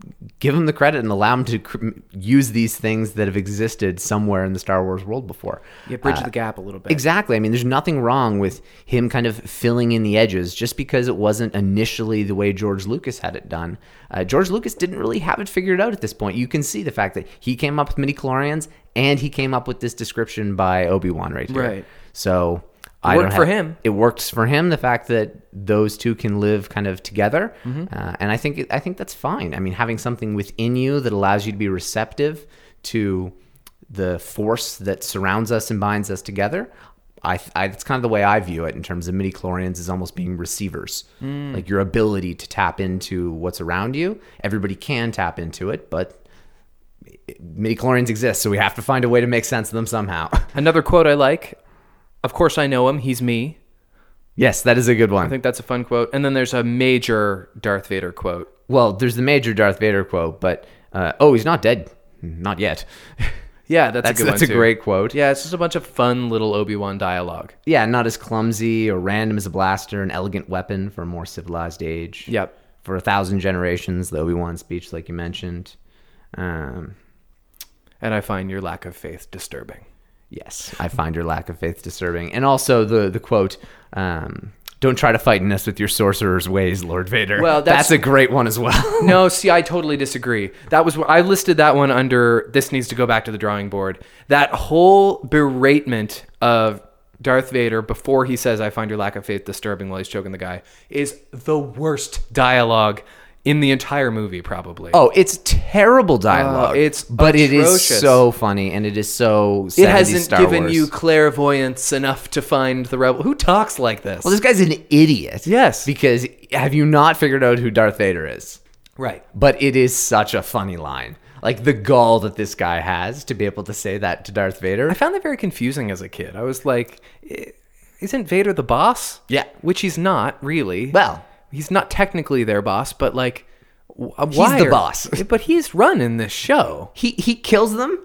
[SPEAKER 1] give him the credit and allow him to cr- use these things that have existed somewhere in the Star Wars world before.
[SPEAKER 2] Yeah, bridge the gap a little bit.
[SPEAKER 1] Exactly. I mean, there's nothing wrong with him kind of filling in the edges just because it wasn't initially the way George Lucas had it done. Uh, George Lucas didn't really have it figured out at this point. You can see the fact that he came up with midi-chlorians and he came up with this description by Obi-Wan right here.
[SPEAKER 2] Right.
[SPEAKER 1] So I
[SPEAKER 2] worked
[SPEAKER 1] don't
[SPEAKER 2] for
[SPEAKER 1] have-
[SPEAKER 2] him.
[SPEAKER 1] It works for him. The fact that those two can live kind of together,
[SPEAKER 2] Mm-hmm.
[SPEAKER 1] uh, and I think I think that's fine. I mean, having something within you that allows you to be receptive to the force that surrounds us and binds us together. I, I that's kind of the way I view it in terms of midi chlorians is almost being receivers,
[SPEAKER 2] Mm.
[SPEAKER 1] like your ability to tap into what's around you. Everybody can tap into it, but midi chlorians exist, so we have to find a way to make sense of them somehow.
[SPEAKER 2] Another quote I like. Of course, I know him. He's me.
[SPEAKER 1] yes, that is a good one.
[SPEAKER 2] I think that's a fun quote. And then there's a major Darth Vader quote.
[SPEAKER 1] Well, there's the major Darth Vader quote, but uh, oh, he's not dead, not yet.
[SPEAKER 2] Yeah, that's,
[SPEAKER 1] That's
[SPEAKER 2] a good
[SPEAKER 1] that's
[SPEAKER 2] one.
[SPEAKER 1] a
[SPEAKER 2] too.
[SPEAKER 1] great quote.
[SPEAKER 2] Yeah, it's just a bunch of fun little Obi Wan dialogue.
[SPEAKER 1] yeah, not as clumsy or random as a blaster, an elegant weapon for a more civilized age.
[SPEAKER 2] Yep.
[SPEAKER 1] for a thousand generations, the Obi Wan speech, like you mentioned. Um,
[SPEAKER 2] And I find your lack of faith disturbing.
[SPEAKER 1] yes, I find your lack of faith disturbing, and also the the quote. Um, don't try to fighten us with your sorcerer's ways, Lord Vader.
[SPEAKER 2] Well, that's-
[SPEAKER 1] that's a great one as well.
[SPEAKER 2] No, see, I totally disagree. That was I listed that one under this needs to go back to the drawing board. That whole beratement of Darth Vader before he says, "I find your lack of faith disturbing," while he's choking the guy, is the worst dialogue in the entire movie, probably.
[SPEAKER 1] Oh, it's terrible dialogue.
[SPEAKER 2] Oh, it's
[SPEAKER 1] but it
[SPEAKER 2] atrocious.
[SPEAKER 1] is so funny and it is so.
[SPEAKER 2] it
[SPEAKER 1] 70s
[SPEAKER 2] hasn't
[SPEAKER 1] Star
[SPEAKER 2] given
[SPEAKER 1] Wars.
[SPEAKER 2] you clairvoyance enough to find the rebel. Who talks like this?
[SPEAKER 1] Well, this guy's an idiot.
[SPEAKER 2] Yes.
[SPEAKER 1] because have you not figured out who Darth Vader is?
[SPEAKER 2] right.
[SPEAKER 1] But it is such a funny line. Like the gall that this guy has to be able to say that to Darth Vader.
[SPEAKER 2] I found that very confusing as a kid. I was like, "I- isn't Vader the boss?
[SPEAKER 1] Yeah.
[SPEAKER 2] Which he's not, really.
[SPEAKER 1] Well.
[SPEAKER 2] he's not technically their boss, but like, Wh-
[SPEAKER 1] He's
[SPEAKER 2] why
[SPEAKER 1] the
[SPEAKER 2] are-
[SPEAKER 1] boss.
[SPEAKER 2] but he's running this show.
[SPEAKER 1] He he kills them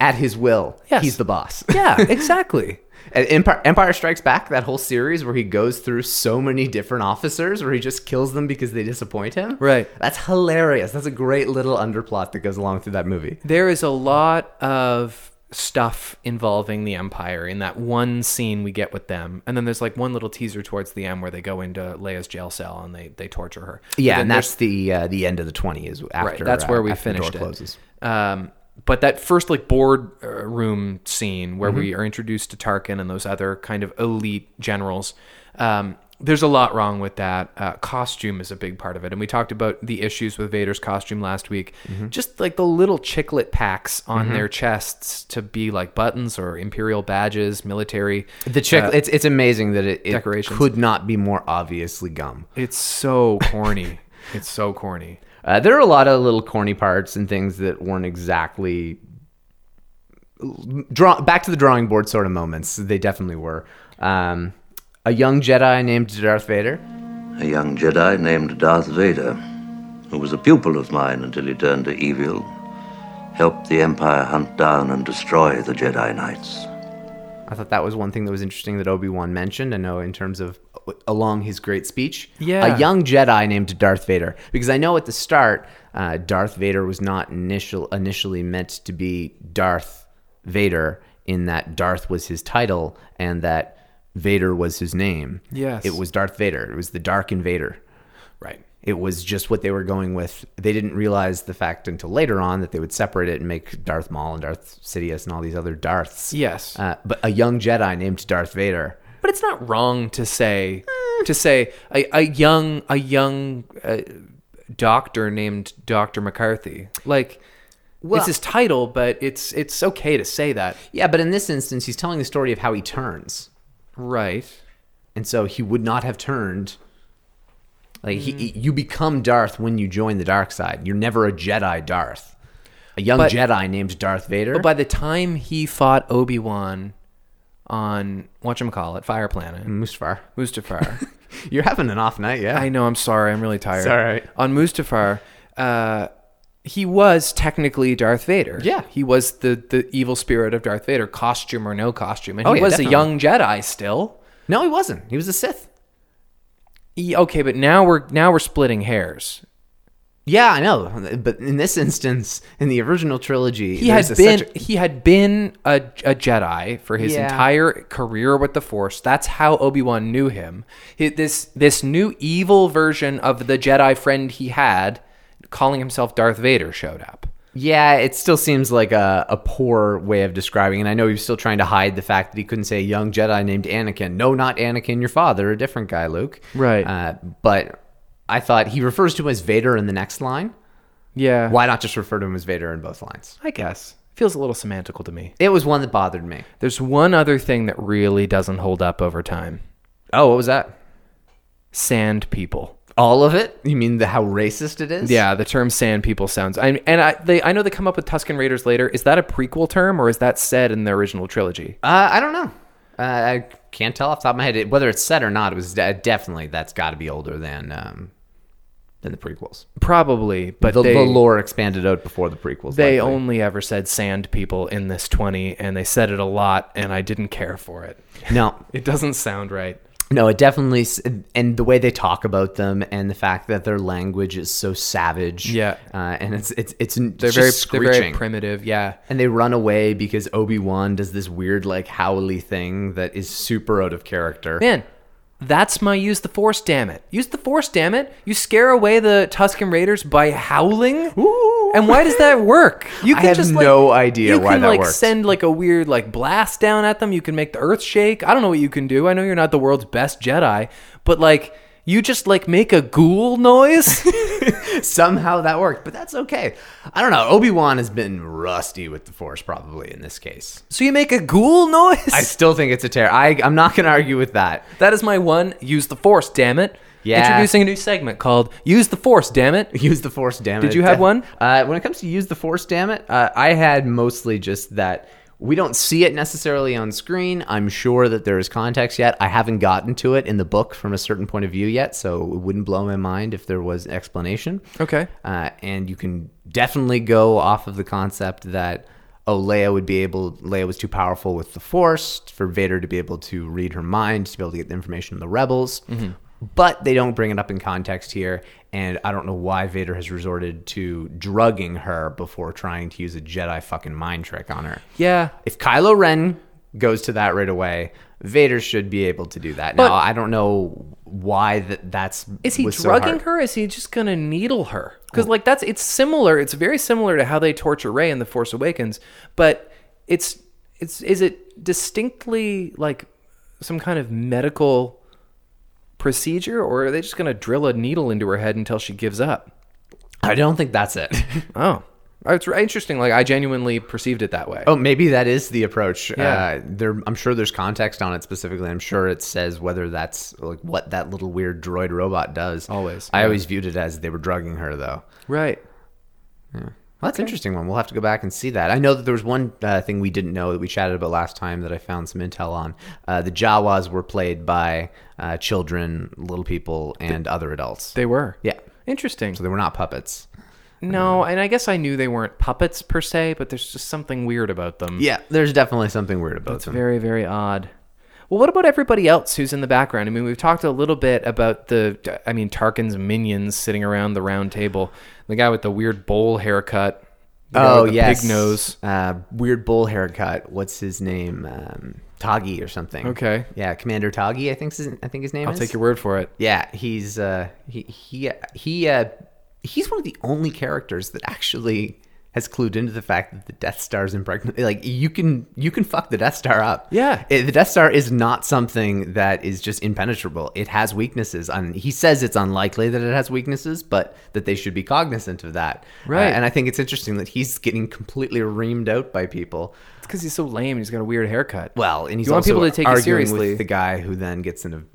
[SPEAKER 1] at his will.
[SPEAKER 2] Yes.
[SPEAKER 1] He's the boss.
[SPEAKER 2] Yeah, exactly.
[SPEAKER 1] And Empire, Empire Strikes Back, that whole series where he goes through so many different officers where he just kills them because they disappoint him.
[SPEAKER 2] Right.
[SPEAKER 1] That's hilarious. That's a great little underplot that goes along through that movie.
[SPEAKER 2] There is a lot of stuff involving the Empire in that one scene we get with them. And then there's like one little teaser towards the end where they go into Leia's jail cell and they, they torture her. But
[SPEAKER 1] Yeah,
[SPEAKER 2] then
[SPEAKER 1] and
[SPEAKER 2] there's-
[SPEAKER 1] that's the uh, the end of the 20 is after
[SPEAKER 2] right. That's
[SPEAKER 1] uh,
[SPEAKER 2] where we
[SPEAKER 1] after the
[SPEAKER 2] finished
[SPEAKER 1] door
[SPEAKER 2] it.
[SPEAKER 1] closes.
[SPEAKER 2] Um, but that first like boardroom scene where we are introduced to Tarkin and those other kind of elite generals. Um, there's a lot wrong with that. Uh, costume is a big part of it, and we talked about the issues with Vader's costume last week. Just like the little chiclet packs on their chests to be like buttons or imperial badges, military.
[SPEAKER 1] The chick it's it's amazing that it, it
[SPEAKER 2] Decorations.
[SPEAKER 1] could not be more obviously gum.
[SPEAKER 2] It's so corny. it's so corny.
[SPEAKER 1] Uh, there are a lot of little corny parts and things that weren't exactly draw back to the drawing board sort of moments. They definitely were. Um, a young Jedi named Darth Vader.
[SPEAKER 3] A young Jedi named Darth Vader, who was a pupil of mine until he turned to evil, helped the Empire hunt down and destroy the Jedi Knights.
[SPEAKER 1] I thought that was one thing that was interesting that Obi Wan mentioned. I know in terms of along his great speech,
[SPEAKER 2] Yeah.
[SPEAKER 1] a young Jedi named Darth Vader. Because I know at the start, uh, Darth Vader was not initial initially meant to be Darth Vader. In that Darth was his title, and that Vader was his name.
[SPEAKER 2] Yes.
[SPEAKER 1] it was Darth Vader. It was the Dark Invader.
[SPEAKER 2] Right.
[SPEAKER 1] It was just what they were going with. They didn't realize the fact until later on that they would separate it and make Darth Maul and Darth Sidious and all these other Darths.
[SPEAKER 2] Yes.
[SPEAKER 1] Uh, but a young Jedi named Darth Vader.
[SPEAKER 2] but it's not wrong to say to say a, a young a young uh, doctor named Doctor McCarthy. Like it's his title, but it's it's okay to say that,
[SPEAKER 1] Yeah, but in this instance, he's telling the story of how he turns.
[SPEAKER 2] right?
[SPEAKER 1] And so he would not have turned. Like, he,
[SPEAKER 2] Hmm.
[SPEAKER 1] he- you become Darth when you join the dark side. You're never a Jedi Darth. A young
[SPEAKER 2] But-
[SPEAKER 1] Jedi named Darth Vader.
[SPEAKER 2] But by the time he fought Obi Wan on whatchamacallit, Fire Planet,
[SPEAKER 1] Mustafar.
[SPEAKER 2] Mustafar.
[SPEAKER 1] You're having an off night, yeah?
[SPEAKER 2] I know. I'm sorry. I'm really tired.
[SPEAKER 1] It's all right.
[SPEAKER 2] On Mustafar, uh, he was technically Darth Vader.
[SPEAKER 1] Yeah.
[SPEAKER 2] he was the the evil spirit of Darth Vader, costume or no costume, and
[SPEAKER 1] Oh,
[SPEAKER 2] he
[SPEAKER 1] yeah,
[SPEAKER 2] was
[SPEAKER 1] definitely.
[SPEAKER 2] a young Jedi still.
[SPEAKER 1] no, he wasn't. He was a Sith.
[SPEAKER 2] He- okay, but now we're now we're splitting hairs.
[SPEAKER 1] Yeah, I know. But in this instance, in the original trilogy,
[SPEAKER 2] He
[SPEAKER 1] there's
[SPEAKER 2] had
[SPEAKER 1] a-
[SPEAKER 2] been
[SPEAKER 1] such a-
[SPEAKER 2] he had been a, a Jedi for his
[SPEAKER 1] Yeah.
[SPEAKER 2] entire career with the Force. That's how Obi Wan knew him. He- this this new evil version of the Jedi friend he had, calling himself Darth Vader, showed up.
[SPEAKER 1] Yeah, it still seems like a, a poor way of describing. it. And I know he was still trying to hide the fact that he couldn't say a young Jedi named Anakin. No, not Anakin, your father, a different guy, Luke.
[SPEAKER 2] Right.
[SPEAKER 1] Uh, but I thought he refers to him as Vader in the next line.
[SPEAKER 2] Yeah.
[SPEAKER 1] Why not just refer to him as Vader in both lines?
[SPEAKER 2] I guess. Feels a little semantical to me.
[SPEAKER 1] It was one that bothered me.
[SPEAKER 2] There's one other thing that really doesn't hold up over time
[SPEAKER 1] Oh, what was that?
[SPEAKER 2] sand people.
[SPEAKER 1] All of it? You mean the how racist it is?
[SPEAKER 2] Yeah, the term sand people sounds. I, and I, they, I know they come up with Tuscan Raiders later. Is that a prequel term or is that said in the original trilogy?
[SPEAKER 1] Uh, I don't know. Uh, I can't tell off the top of my head It- whether it's said or not. It was de- definitely that's got to be older than um, than the prequels.
[SPEAKER 2] Probably, but
[SPEAKER 1] the,
[SPEAKER 2] they,
[SPEAKER 1] the lore expanded out before the prequels.
[SPEAKER 2] they
[SPEAKER 1] likely.
[SPEAKER 2] only ever said sand people in this 20, and they said it a lot, and I didn't care for it.
[SPEAKER 1] no,
[SPEAKER 2] It doesn't sound right.
[SPEAKER 1] no. It definitely s- and the way they talk about them and the fact that their language is so savage.
[SPEAKER 2] Yeah.
[SPEAKER 1] uh, and it's it's it's they're
[SPEAKER 2] They're
[SPEAKER 1] just
[SPEAKER 2] very,
[SPEAKER 1] screeching.
[SPEAKER 2] they're very primitive. Yeah.
[SPEAKER 1] and they run away because Obi Wan does this weird like howly thing that is super out of character.
[SPEAKER 2] Man, that's my use the force, damn it. Use the force, damn it. You scare away the Tuscan Raiders by howling?
[SPEAKER 1] Ooh.
[SPEAKER 2] And why does that work? You
[SPEAKER 1] I have no idea
[SPEAKER 2] you
[SPEAKER 1] why
[SPEAKER 2] can,
[SPEAKER 1] that
[SPEAKER 2] like,
[SPEAKER 1] works.
[SPEAKER 2] send like a weird like blast down at them. You can make the earth shake. I don't know what you can do. I know you're not the world's best Jedi, but like you just like make a ghoul noise.
[SPEAKER 1] somehow that worked, but that's okay. I don't know. Obi Wan has been rusty with the Force, probably in this case.
[SPEAKER 2] so you make a ghoul noise.
[SPEAKER 1] I still think it's a tear. I I'm not going to argue with that.
[SPEAKER 2] that is my one. Use the force, damn it.
[SPEAKER 1] Yeah.
[SPEAKER 2] Introducing a new segment called "Use the Force, damn it."
[SPEAKER 1] Use the Force, damn it.
[SPEAKER 2] Did you have one?
[SPEAKER 1] Uh, when it comes to use the Force, damn it, uh, I had mostly just that We don't see it necessarily on screen. I'm sure that there is context yet. I haven't gotten to it in the book from a certain point of view yet, so it wouldn't blow my mind if there was explanation.
[SPEAKER 2] Okay.
[SPEAKER 1] Uh, and you can definitely go off of the concept that oh, Leia would be able. Leia was too powerful with the Force for Vader to be able to read her mind, to be able to get the information from the rebels.
[SPEAKER 2] Mm-hmm.
[SPEAKER 1] But they don't bring it up in context here, and I don't know why Vader has resorted to drugging her before trying to use a Jedi fucking mind trick on her.
[SPEAKER 2] Yeah.
[SPEAKER 1] If Kylo Ren goes to that right away, Vader should be able to do that.
[SPEAKER 2] But-
[SPEAKER 1] now I don't know why that that's
[SPEAKER 2] Is he
[SPEAKER 1] was so
[SPEAKER 2] drugging
[SPEAKER 1] hard.
[SPEAKER 2] her? Is he just gonna needle her? Because like that's it's similar. It's very similar to how they torture Rey in The Force Awakens, but it's it's is it distinctly like some kind of medical procedure, or are they just gonna drill a needle into her head until she gives up?
[SPEAKER 1] I don't think that's it.
[SPEAKER 2] Oh, it's interesting. Like I genuinely perceived it that way.
[SPEAKER 1] Oh, maybe that is the approach.
[SPEAKER 2] Yeah.
[SPEAKER 1] Uh, there, I'm sure there's context on it specifically. I'm sure it says whether that's like what that little weird droid robot does.
[SPEAKER 2] Always,
[SPEAKER 1] I always viewed it as they were drugging her, though.
[SPEAKER 2] right.
[SPEAKER 1] Well, that's an interesting one. We'll have to go back and see that. I know that there was one uh, thing we didn't know that we chatted about last time that I found some intel on. Uh, the Jawas were played by uh, children, little people, and other adults.
[SPEAKER 2] They were.
[SPEAKER 1] yeah.
[SPEAKER 2] Interesting.
[SPEAKER 1] So they were not puppets.
[SPEAKER 2] No, and I guess I knew they weren't puppets per se, but there's just something weird about them.
[SPEAKER 1] Yeah, there's definitely something weird about them.
[SPEAKER 2] Very, very odd. Well, what about everybody else who's in the background? I mean, we've talked a little bit about the, I mean, Tarkin's minions sitting around the round table. The guy with the weird bowl haircut. the guy
[SPEAKER 1] Oh
[SPEAKER 2] with the
[SPEAKER 1] yes,
[SPEAKER 2] Pig nose.
[SPEAKER 1] Uh, weird bull haircut. What's his name? Um, Tagi or something.
[SPEAKER 2] Okay.
[SPEAKER 1] Yeah, Commander Tagi. I think his, I think his name
[SPEAKER 2] I'll
[SPEAKER 1] is.
[SPEAKER 2] take your word for it.
[SPEAKER 1] Yeah, he's uh, he he he uh, he's one of the only characters that actually has clued into the fact that the Death Star is impregnable. Like you can you can fuck the Death Star up.
[SPEAKER 2] Yeah.
[SPEAKER 1] It- the Death Star is not something that is just impenetrable. It has weaknesses. And he says it's unlikely that it has weaknesses, but that they should be cognizant of that. Uh,
[SPEAKER 2] Right.
[SPEAKER 1] and I think it's interesting that he's getting completely reamed out by people.
[SPEAKER 2] It's because he's so lame and he's got a weird haircut.
[SPEAKER 1] Well, and he's
[SPEAKER 2] you want
[SPEAKER 1] also
[SPEAKER 2] people to take you
[SPEAKER 1] arguing
[SPEAKER 2] seriously.
[SPEAKER 1] with the guy who then gets in an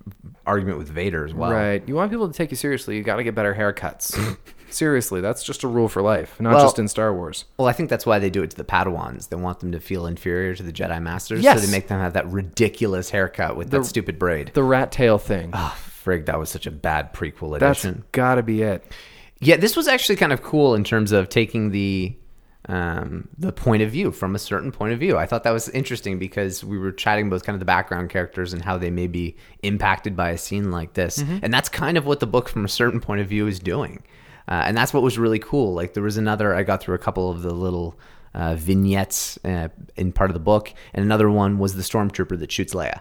[SPEAKER 1] argument with Vader as well.
[SPEAKER 2] Right. You want people to take you seriously, you got to get better haircuts. Seriously, that's just a rule for life, not
[SPEAKER 1] Well-
[SPEAKER 2] just in Star Wars.
[SPEAKER 1] Well, I think that's why they do it to the Padawans. They want them to feel inferior to the Jedi Masters,
[SPEAKER 2] Yes.
[SPEAKER 1] so they make them have that ridiculous haircut with that stupid braid.
[SPEAKER 2] The rat tail thing.
[SPEAKER 1] Ah, frig, that was such a bad prequel
[SPEAKER 2] that's
[SPEAKER 1] edition.
[SPEAKER 2] got to be it.
[SPEAKER 1] Yeah, this was actually kind of cool in terms of taking the um, the point of view from a certain point of view. I thought that was interesting because we were chatting about kind of the background characters and how they may be impacted by a scene like this, and that's kind of what the book from a certain point of view is doing, uh, and that's what was really cool. Like there was another I got through a couple of the little. Uh, vignettes uh, in part of the book, and another one was the stormtrooper that shoots Leia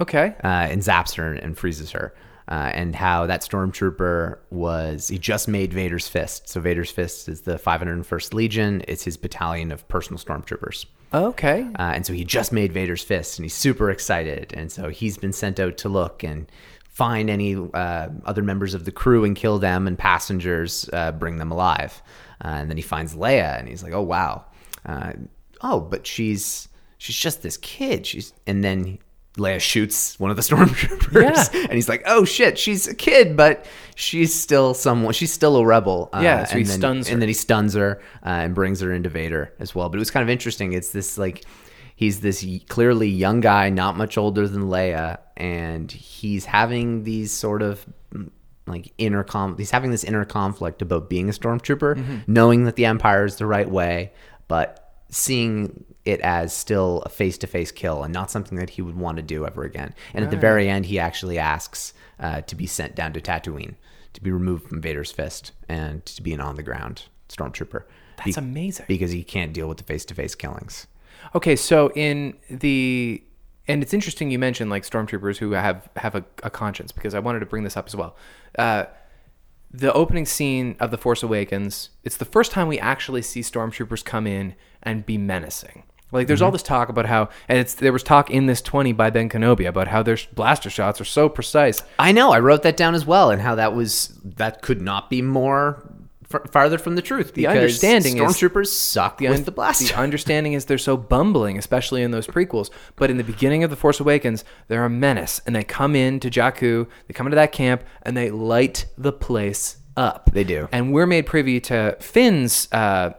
[SPEAKER 2] Okay.
[SPEAKER 1] uh, and zaps her and freezes her. Uh, and how that stormtrooper was, he just made Vader's Fist. So Vader's Fist is the 501st Legion. It's his battalion of personal stormtroopers.
[SPEAKER 2] Okay.
[SPEAKER 1] Uh, and so he just made Vader's Fist and he's super excited. And so he's been sent out to look and find any uh, other members of the crew and kill them and passengers, uh, bring them alive. Uh, and then he finds Leia and he's like, oh, wow. Uh, oh, but she's she's just this kid. She's And then Leia shoots one of the stormtroopers.
[SPEAKER 2] Yeah.
[SPEAKER 1] And he's like, oh, shit, she's a kid, but she's still someone. She's still a rebel. Uh,
[SPEAKER 2] Yeah, so
[SPEAKER 1] and
[SPEAKER 2] he
[SPEAKER 1] then-
[SPEAKER 2] stuns her.
[SPEAKER 1] And then he stuns her uh, and brings her into Vader as well. But it was kind of interesting. It's this like he's this y- clearly young guy, not much older than Leia, and he's having these sort of mm, like inner con. He's having this inner conflict about being a stormtrooper,
[SPEAKER 2] Mm-hmm.
[SPEAKER 1] knowing that the Empire is the right way, but seeing it as still a face-to-face kill and not something that he would want to do ever again. And at the very end, he actually asks uh, to be sent down to Tatooine to be removed from Vader's fist and to be an on the ground stormtrooper.
[SPEAKER 2] That's amazing.
[SPEAKER 1] Because he can't deal with the face to face killings.
[SPEAKER 2] Okay, so in the and it's interesting you mentioned like stormtroopers who have have a, a conscience because I wanted to bring this up as well. Uh, the opening scene of The Force Awakens, it's the first time we actually see stormtroopers come in and be menacing. Like there's all this talk about how and it's there was talk in this 20 by Ben Kenobi about how their sh- blaster shots are so precise.
[SPEAKER 1] I know. I wrote that down as well, and how that was that could not be more f- farther from the truth. The
[SPEAKER 2] understanding is-
[SPEAKER 1] stormtroopers suck with
[SPEAKER 2] un-
[SPEAKER 1] the blaster.
[SPEAKER 2] The understanding is they're so bumbling, especially in those prequels. But in the beginning of The Force Awakens, they're a menace, and they come in to Jakku, they come into that camp, and they light the place up.
[SPEAKER 1] They do.
[SPEAKER 2] And we're made privy to Finn's uh,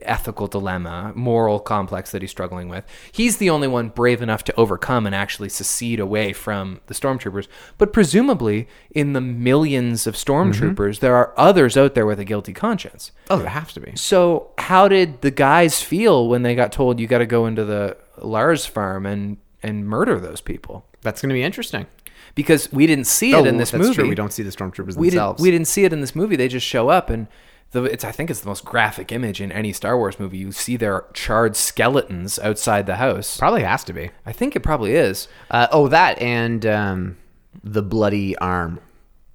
[SPEAKER 2] ethical dilemma, moral complex that he's struggling with. He's the only one brave enough to overcome and actually secede away from the stormtroopers. But presumably, in the millions of stormtroopers,
[SPEAKER 1] Mm-hmm.
[SPEAKER 2] there are others out there with a guilty conscience.
[SPEAKER 1] Oh, there has to be.
[SPEAKER 2] So, how did the guys feel when they got told you got to go into the Lars farm and and murder those people?
[SPEAKER 1] That's going to be interesting.
[SPEAKER 2] Because we didn't see it in this
[SPEAKER 1] Oh, that's
[SPEAKER 2] movie.
[SPEAKER 1] true. We don't see the stormtroopers
[SPEAKER 2] We didn't,
[SPEAKER 1] themselves.
[SPEAKER 2] we didn't see it in this movie. They just show up and the, it's I think it's the most graphic image in any Star Wars movie. You see their charred skeletons outside the house.
[SPEAKER 1] Probably has to be.
[SPEAKER 2] I think it probably is.
[SPEAKER 1] Uh, oh, that and um, the bloody arm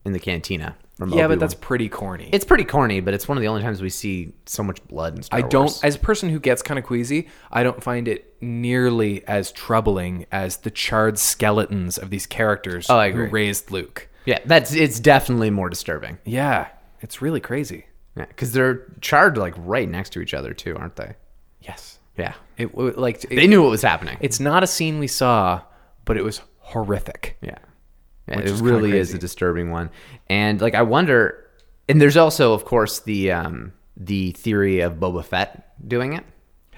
[SPEAKER 1] in the cantina. From
[SPEAKER 2] Yeah, but
[SPEAKER 1] Obi-Wan.
[SPEAKER 2] that's pretty corny.
[SPEAKER 1] it's pretty corny, but it's one of the only times we see so much blood. In Star
[SPEAKER 2] I don't,
[SPEAKER 1] Wars.
[SPEAKER 2] as a person who gets kind of queasy, I don't find it nearly as troubling as the charred skeletons of these characters
[SPEAKER 1] I
[SPEAKER 2] who
[SPEAKER 1] agree.
[SPEAKER 2] raised Luke.
[SPEAKER 1] Yeah, that's it's definitely more disturbing.
[SPEAKER 2] Yeah, it's really crazy.
[SPEAKER 1] Yeah, because they're charred like right next to each other too, aren't they?
[SPEAKER 2] Yes,
[SPEAKER 1] Yeah,
[SPEAKER 2] it w- like
[SPEAKER 1] they
[SPEAKER 2] it,
[SPEAKER 1] knew what was happening.
[SPEAKER 2] it's not a scene we saw, but it was horrific.
[SPEAKER 1] Yeah. Yeah,
[SPEAKER 2] Which
[SPEAKER 1] it
[SPEAKER 2] is kinda
[SPEAKER 1] really is
[SPEAKER 2] crazy.
[SPEAKER 1] a disturbing one. And like I wonder and there's also of course the um the theory of Boba Fett doing it.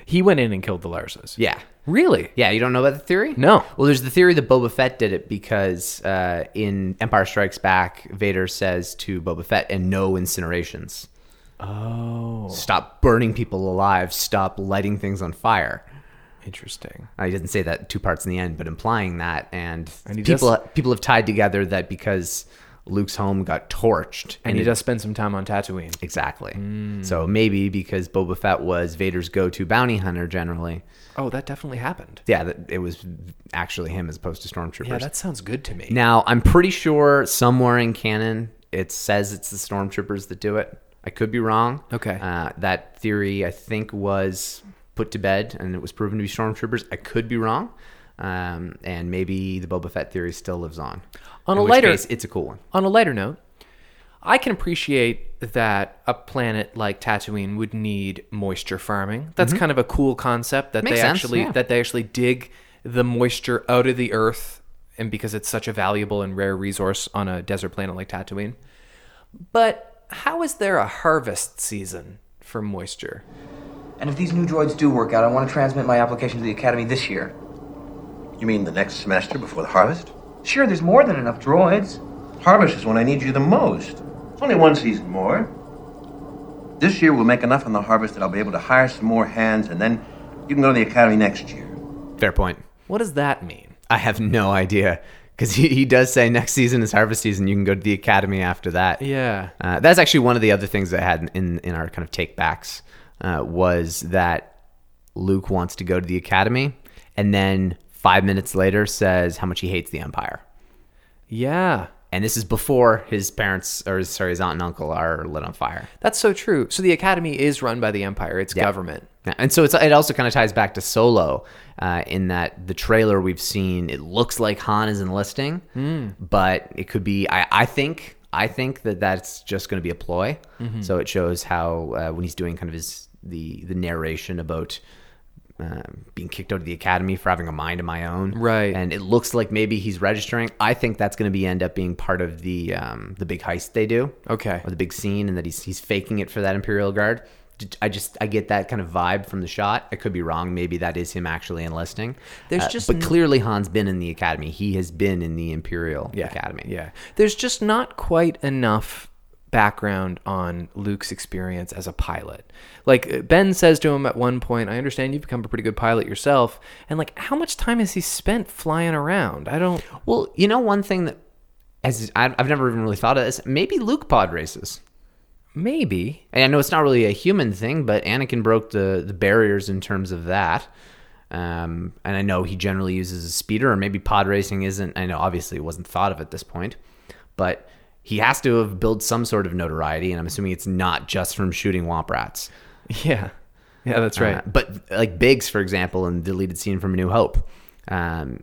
[SPEAKER 2] He went in and killed the Larses.
[SPEAKER 1] Yeah.
[SPEAKER 2] really?
[SPEAKER 1] Yeah, you don't know about the theory?
[SPEAKER 2] No.
[SPEAKER 1] Well, there's the theory that Boba Fett did it because uh, in Empire Strikes Back, Vader says to Boba Fett, and no incinerations. Oh. Stop burning people alive. Stop lighting things on fire.
[SPEAKER 2] Interesting.
[SPEAKER 1] Uh, he doesn't say that two parts in the end, but implying that, and,
[SPEAKER 2] And he
[SPEAKER 1] people
[SPEAKER 2] does-
[SPEAKER 1] people have tied together that because Luke's home got torched,
[SPEAKER 2] And he does Hmm. spend some time on Tatooine.
[SPEAKER 1] exactly. So maybe because Boba Fett was Vader's go-to bounty hunter generally,
[SPEAKER 2] Oh, that definitely happened.
[SPEAKER 1] yeah, that it was actually him as opposed to stormtroopers.
[SPEAKER 2] Yeah, that sounds good to me.
[SPEAKER 1] now I'm pretty sure somewhere in canon it says it's the stormtroopers that do it. I could be wrong.
[SPEAKER 2] Okay.
[SPEAKER 1] uh, that theory I think was put to bed and it was proven to be stormtroopers. I could be wrong. Um, and maybe the Boba Fett theory still lives on.
[SPEAKER 2] On
[SPEAKER 1] In
[SPEAKER 2] a
[SPEAKER 1] which
[SPEAKER 2] lighter-
[SPEAKER 1] case, it's a cool one.
[SPEAKER 2] On a lighter note, I can appreciate that a planet like Tatooine would need moisture farming. That's kind of a cool concept that
[SPEAKER 1] Mm-hmm. Makes
[SPEAKER 2] they
[SPEAKER 1] sense,
[SPEAKER 2] actually
[SPEAKER 1] yeah.
[SPEAKER 2] that they actually dig the moisture out of the earth and because it's such a valuable and rare resource on a desert planet like Tatooine. But how is there a harvest season for moisture?
[SPEAKER 10] And if these new droids do work out, I want to transmit my application to the Academy this year.
[SPEAKER 9] You mean the next semester before the harvest?
[SPEAKER 10] Sure, there's more than enough droids.
[SPEAKER 9] Harvest is when I need you the most. It's only one season more. This year we'll make enough on the harvest that I'll be able to hire some more hands, and then you can go to the academy next year.
[SPEAKER 1] Fair point.
[SPEAKER 2] What does that mean?
[SPEAKER 1] I have no idea because he, he does say next season is harvest season. You can go to the academy after that.
[SPEAKER 2] Yeah.
[SPEAKER 1] Uh, that's actually one of the other things that I had in in our kind of take backs uh, was that Luke wants to go to the academy, and then five minutes later says how much he hates the Empire.
[SPEAKER 2] Yeah.
[SPEAKER 1] And this is before his parents, or his- sorry, his aunt and uncle are lit on fire.
[SPEAKER 2] That's so true. So the Academy is run by the Empire, it's government.
[SPEAKER 1] Yeah, And so it's, it also kind of ties back to Solo uh, in that the trailer we've seen, it looks like Han is enlisting, but it could be, I, I think, I think that that's just going to be a ploy. So it shows how uh, when he's doing kind of his, the, the narration about um, being kicked out of the academy for having a mind of my own.
[SPEAKER 2] Right.
[SPEAKER 1] And it looks like maybe he's registering. I think that's going to be end up being part of the, um, the big heist they do
[SPEAKER 2] Okay.
[SPEAKER 1] or the big scene and that he's he's faking it for that imperial guard J- i just i get that kind of vibe from the shot i could be wrong maybe that is him actually enlisting Uh,
[SPEAKER 2] There's just
[SPEAKER 1] but
[SPEAKER 2] n-
[SPEAKER 1] clearly han's been in the academy he has been in the imperial
[SPEAKER 2] yeah,
[SPEAKER 1] academy
[SPEAKER 2] Yeah. There's just not quite enough background on Luke's experience as a pilot. Like uh, Ben says to him at one point, I understand you've become a pretty good pilot yourself. And like, how much time has he spent flying around? I don't.
[SPEAKER 1] well you know one thing that as I- i've never even really thought of this maybe luke pod races
[SPEAKER 2] Maybe.
[SPEAKER 1] and i know it's not really a human thing but anakin broke the the barriers in terms of that um, and i know he generally uses a speeder or maybe pod racing isn't i know obviously it wasn't thought of at this point but he has to have built some sort of notoriety and i'm assuming it's not just from shooting womp rats
[SPEAKER 2] Yeah. Yeah, that's right.
[SPEAKER 1] Uh, but like biggs for example in the deleted scene from a new hope um,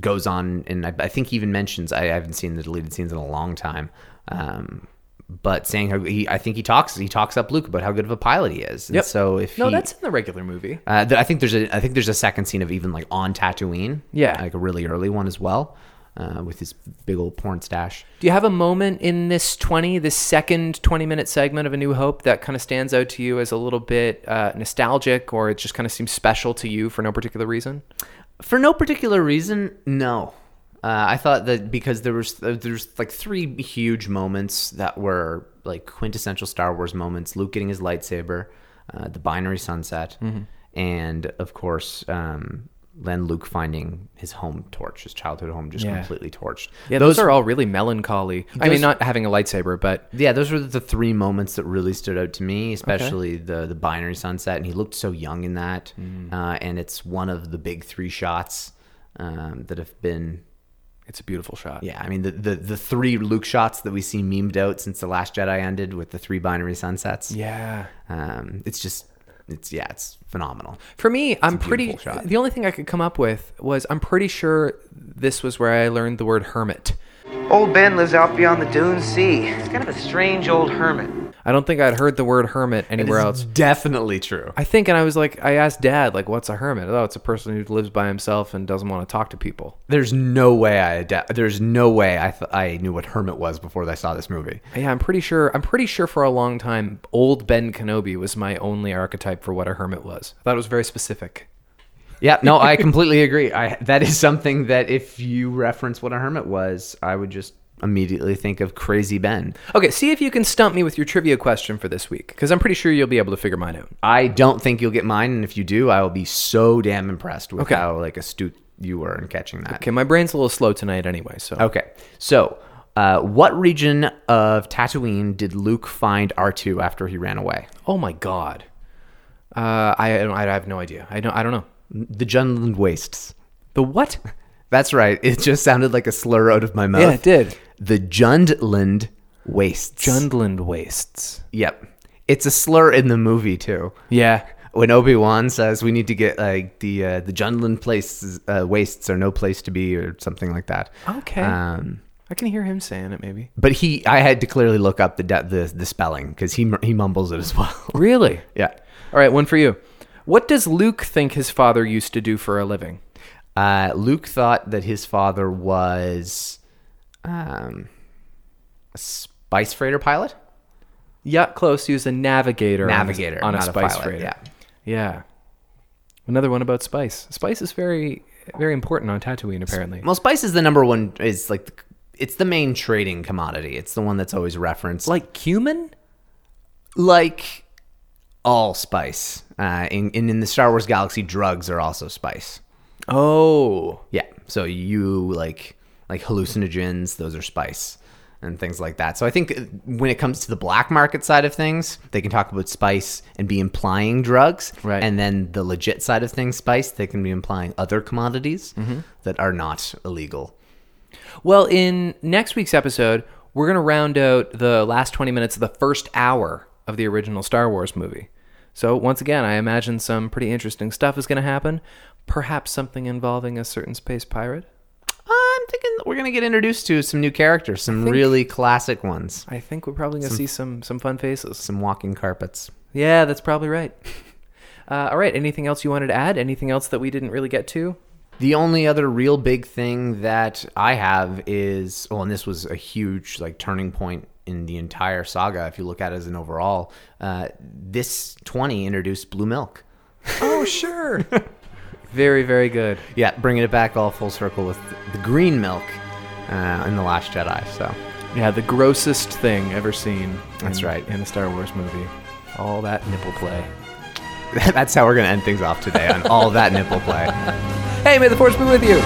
[SPEAKER 1] goes on and I, I think he even mentions I, I haven't seen the deleted scenes in a long time um, but saying how he, I think he talks, he talks up Luke about how good of a pilot he is. And
[SPEAKER 2] Yep.
[SPEAKER 1] So if
[SPEAKER 2] no,
[SPEAKER 1] he-
[SPEAKER 2] that's in the regular movie.
[SPEAKER 1] uh, th- I think there's a I think there's a second scene of even like on Tatooine.
[SPEAKER 2] Yeah.
[SPEAKER 1] like a really early one as well. uh, with his big old porn stash.
[SPEAKER 2] Do you have a moment in this 20, this second 20 minute segment of A New Hope that kind of stands out to you as a little bit uh, nostalgic or it just kind of seems special to you for no particular reason?
[SPEAKER 1] For no particular reason, no. Uh, I thought that because there was uh, there's like three huge moments that were like quintessential Star Wars moments: Luke getting his lightsaber, uh, the binary sunset,
[SPEAKER 2] Mm-hmm.
[SPEAKER 1] and of course, um, then Luke finding his home torch, his childhood home, just
[SPEAKER 2] Yeah.
[SPEAKER 1] completely torched.
[SPEAKER 2] Yeah, those, are all really melancholy. I
[SPEAKER 1] Those-
[SPEAKER 2] mean, not having a lightsaber, but
[SPEAKER 1] Yeah, those were the three moments that really stood out to me, especially the the binary sunset, and he looked so young in that.
[SPEAKER 2] Mm-hmm.
[SPEAKER 1] Uh, and it's one of the big three shots um, that have been.
[SPEAKER 2] it's a beautiful shot.
[SPEAKER 1] Yeah, I mean the, the the three Luke shots that we see memed out since the Last Jedi ended with the three binary sunsets.
[SPEAKER 2] Yeah.
[SPEAKER 1] um, it's just it's yeah, it's phenomenal.
[SPEAKER 2] For me, I'm pretty.
[SPEAKER 1] beautiful shot.
[SPEAKER 2] The only thing I could come up with was I'm pretty sure this was where I learned the word hermit.
[SPEAKER 10] Old Ben lives out beyond the Dune Sea. He's kind of a strange old hermit.
[SPEAKER 2] I don't think I'd heard the word hermit anywhere else.
[SPEAKER 1] definitely true.
[SPEAKER 2] I think, and I was like, I asked dad, like, what's a hermit? Oh, it's a person who lives by himself and doesn't want to talk to people.
[SPEAKER 1] There's no way I ada- there's no way I th- I knew what hermit was before I saw this movie.
[SPEAKER 2] Yeah, I'm pretty sure. I'm pretty sure for a long time, old Ben Kenobi was my only archetype for what a hermit was. I thought it was very specific.
[SPEAKER 1] Yeah, no, I completely agree. I that is something that if you reference what a hermit was, I would just immediately think of Crazy Ben.
[SPEAKER 2] Okay, see if you can stump me with your trivia question for this week, because I'm pretty sure you'll be able to figure mine out.
[SPEAKER 1] I don't think you'll get mine, and if you do, I will be so damn impressed with
[SPEAKER 2] Okay.
[SPEAKER 1] how like astute you were in catching that.
[SPEAKER 2] Okay, my brain's a little slow tonight anyway, so
[SPEAKER 1] Okay, so uh, what region of Tatooine did Luke find R two after he ran away?
[SPEAKER 2] Oh my god. Uh, I, I don't- I have no idea. I don't. I don't know.
[SPEAKER 1] The Junland Wastes.
[SPEAKER 2] The what?
[SPEAKER 1] That's right. It just sounded like a slur out of my mouth.
[SPEAKER 2] Yeah, it did.
[SPEAKER 1] The Jundland Wastes.
[SPEAKER 2] Jundland wastes.
[SPEAKER 1] Yep. It's a slur in the movie too.
[SPEAKER 2] Yeah.
[SPEAKER 1] When Obi Wan says we need to get like the uh, the Jundland places uh, wastes are no place to be or something like that.
[SPEAKER 2] Okay.
[SPEAKER 1] Um,
[SPEAKER 2] I can hear him saying it. Maybe.
[SPEAKER 1] but he, I had to clearly look up the de- the, the spelling because he mur- he mumbles it as well.
[SPEAKER 2] Really?
[SPEAKER 1] yeah.
[SPEAKER 2] All right. One for you. What does Luke think his father used to do for a living?
[SPEAKER 1] Uh, Luke thought that his father was um, a spice freighter pilot.
[SPEAKER 2] Yeah, close. He was a navigator. on a-
[SPEAKER 1] Navigator,
[SPEAKER 2] on a,
[SPEAKER 1] not a
[SPEAKER 2] spice
[SPEAKER 1] pilot,
[SPEAKER 2] freighter.
[SPEAKER 1] yeah.
[SPEAKER 2] Yeah. Another one about spice. Spice is very, very important on Tatooine, apparently.
[SPEAKER 1] Well, spice is the number one. Is like the, it's the main trading commodity. It's the one that's always referenced.
[SPEAKER 2] Like cumin?
[SPEAKER 1] like all spice. Uh, in, in in the Star Wars galaxy, drugs are also spice.
[SPEAKER 2] Oh.
[SPEAKER 1] Yeah, so you like like hallucinogens; those are spice and things like that. So I think uh, when it comes to the black market side of things, they can talk about spice and be implying drugs,
[SPEAKER 2] Right.
[SPEAKER 1] And then the legit side of things, spice, they can be implying other commodities that are not illegal.
[SPEAKER 2] Well, in next week's episode, we're going to round out the last 20 minutes of the first hour of the original Star Wars movie. So, once again, I imagine some pretty interesting stuff is going to happen. Perhaps something involving a certain space pirate.
[SPEAKER 1] I'm thinking that we're gonna get introduced to some new characters, some really classic ones,
[SPEAKER 2] I think we're probably going to see some some fun faces.
[SPEAKER 1] some walking carpets.
[SPEAKER 2] Yeah, that's probably right. Uh, all right. Anything else you wanted to add? Anything else that we didn't really get to?
[SPEAKER 1] The only other real big thing that I have is, well, and this was a huge like turning point in the entire saga. If you look at it as an overall, uh, this twenty introduced blue milk.
[SPEAKER 2] Oh, sure. very, very good.
[SPEAKER 1] Yeah, bringing it back all full circle with the green milk uh, in the Last Jedi. So
[SPEAKER 2] Yeah, the grossest thing ever seen.
[SPEAKER 1] That's
[SPEAKER 2] in-
[SPEAKER 1] right.
[SPEAKER 2] In a Star Wars movie. All that nipple play.
[SPEAKER 1] that's how we're gonna end things off today on all that nipple play.
[SPEAKER 2] Hey, may the force be with you.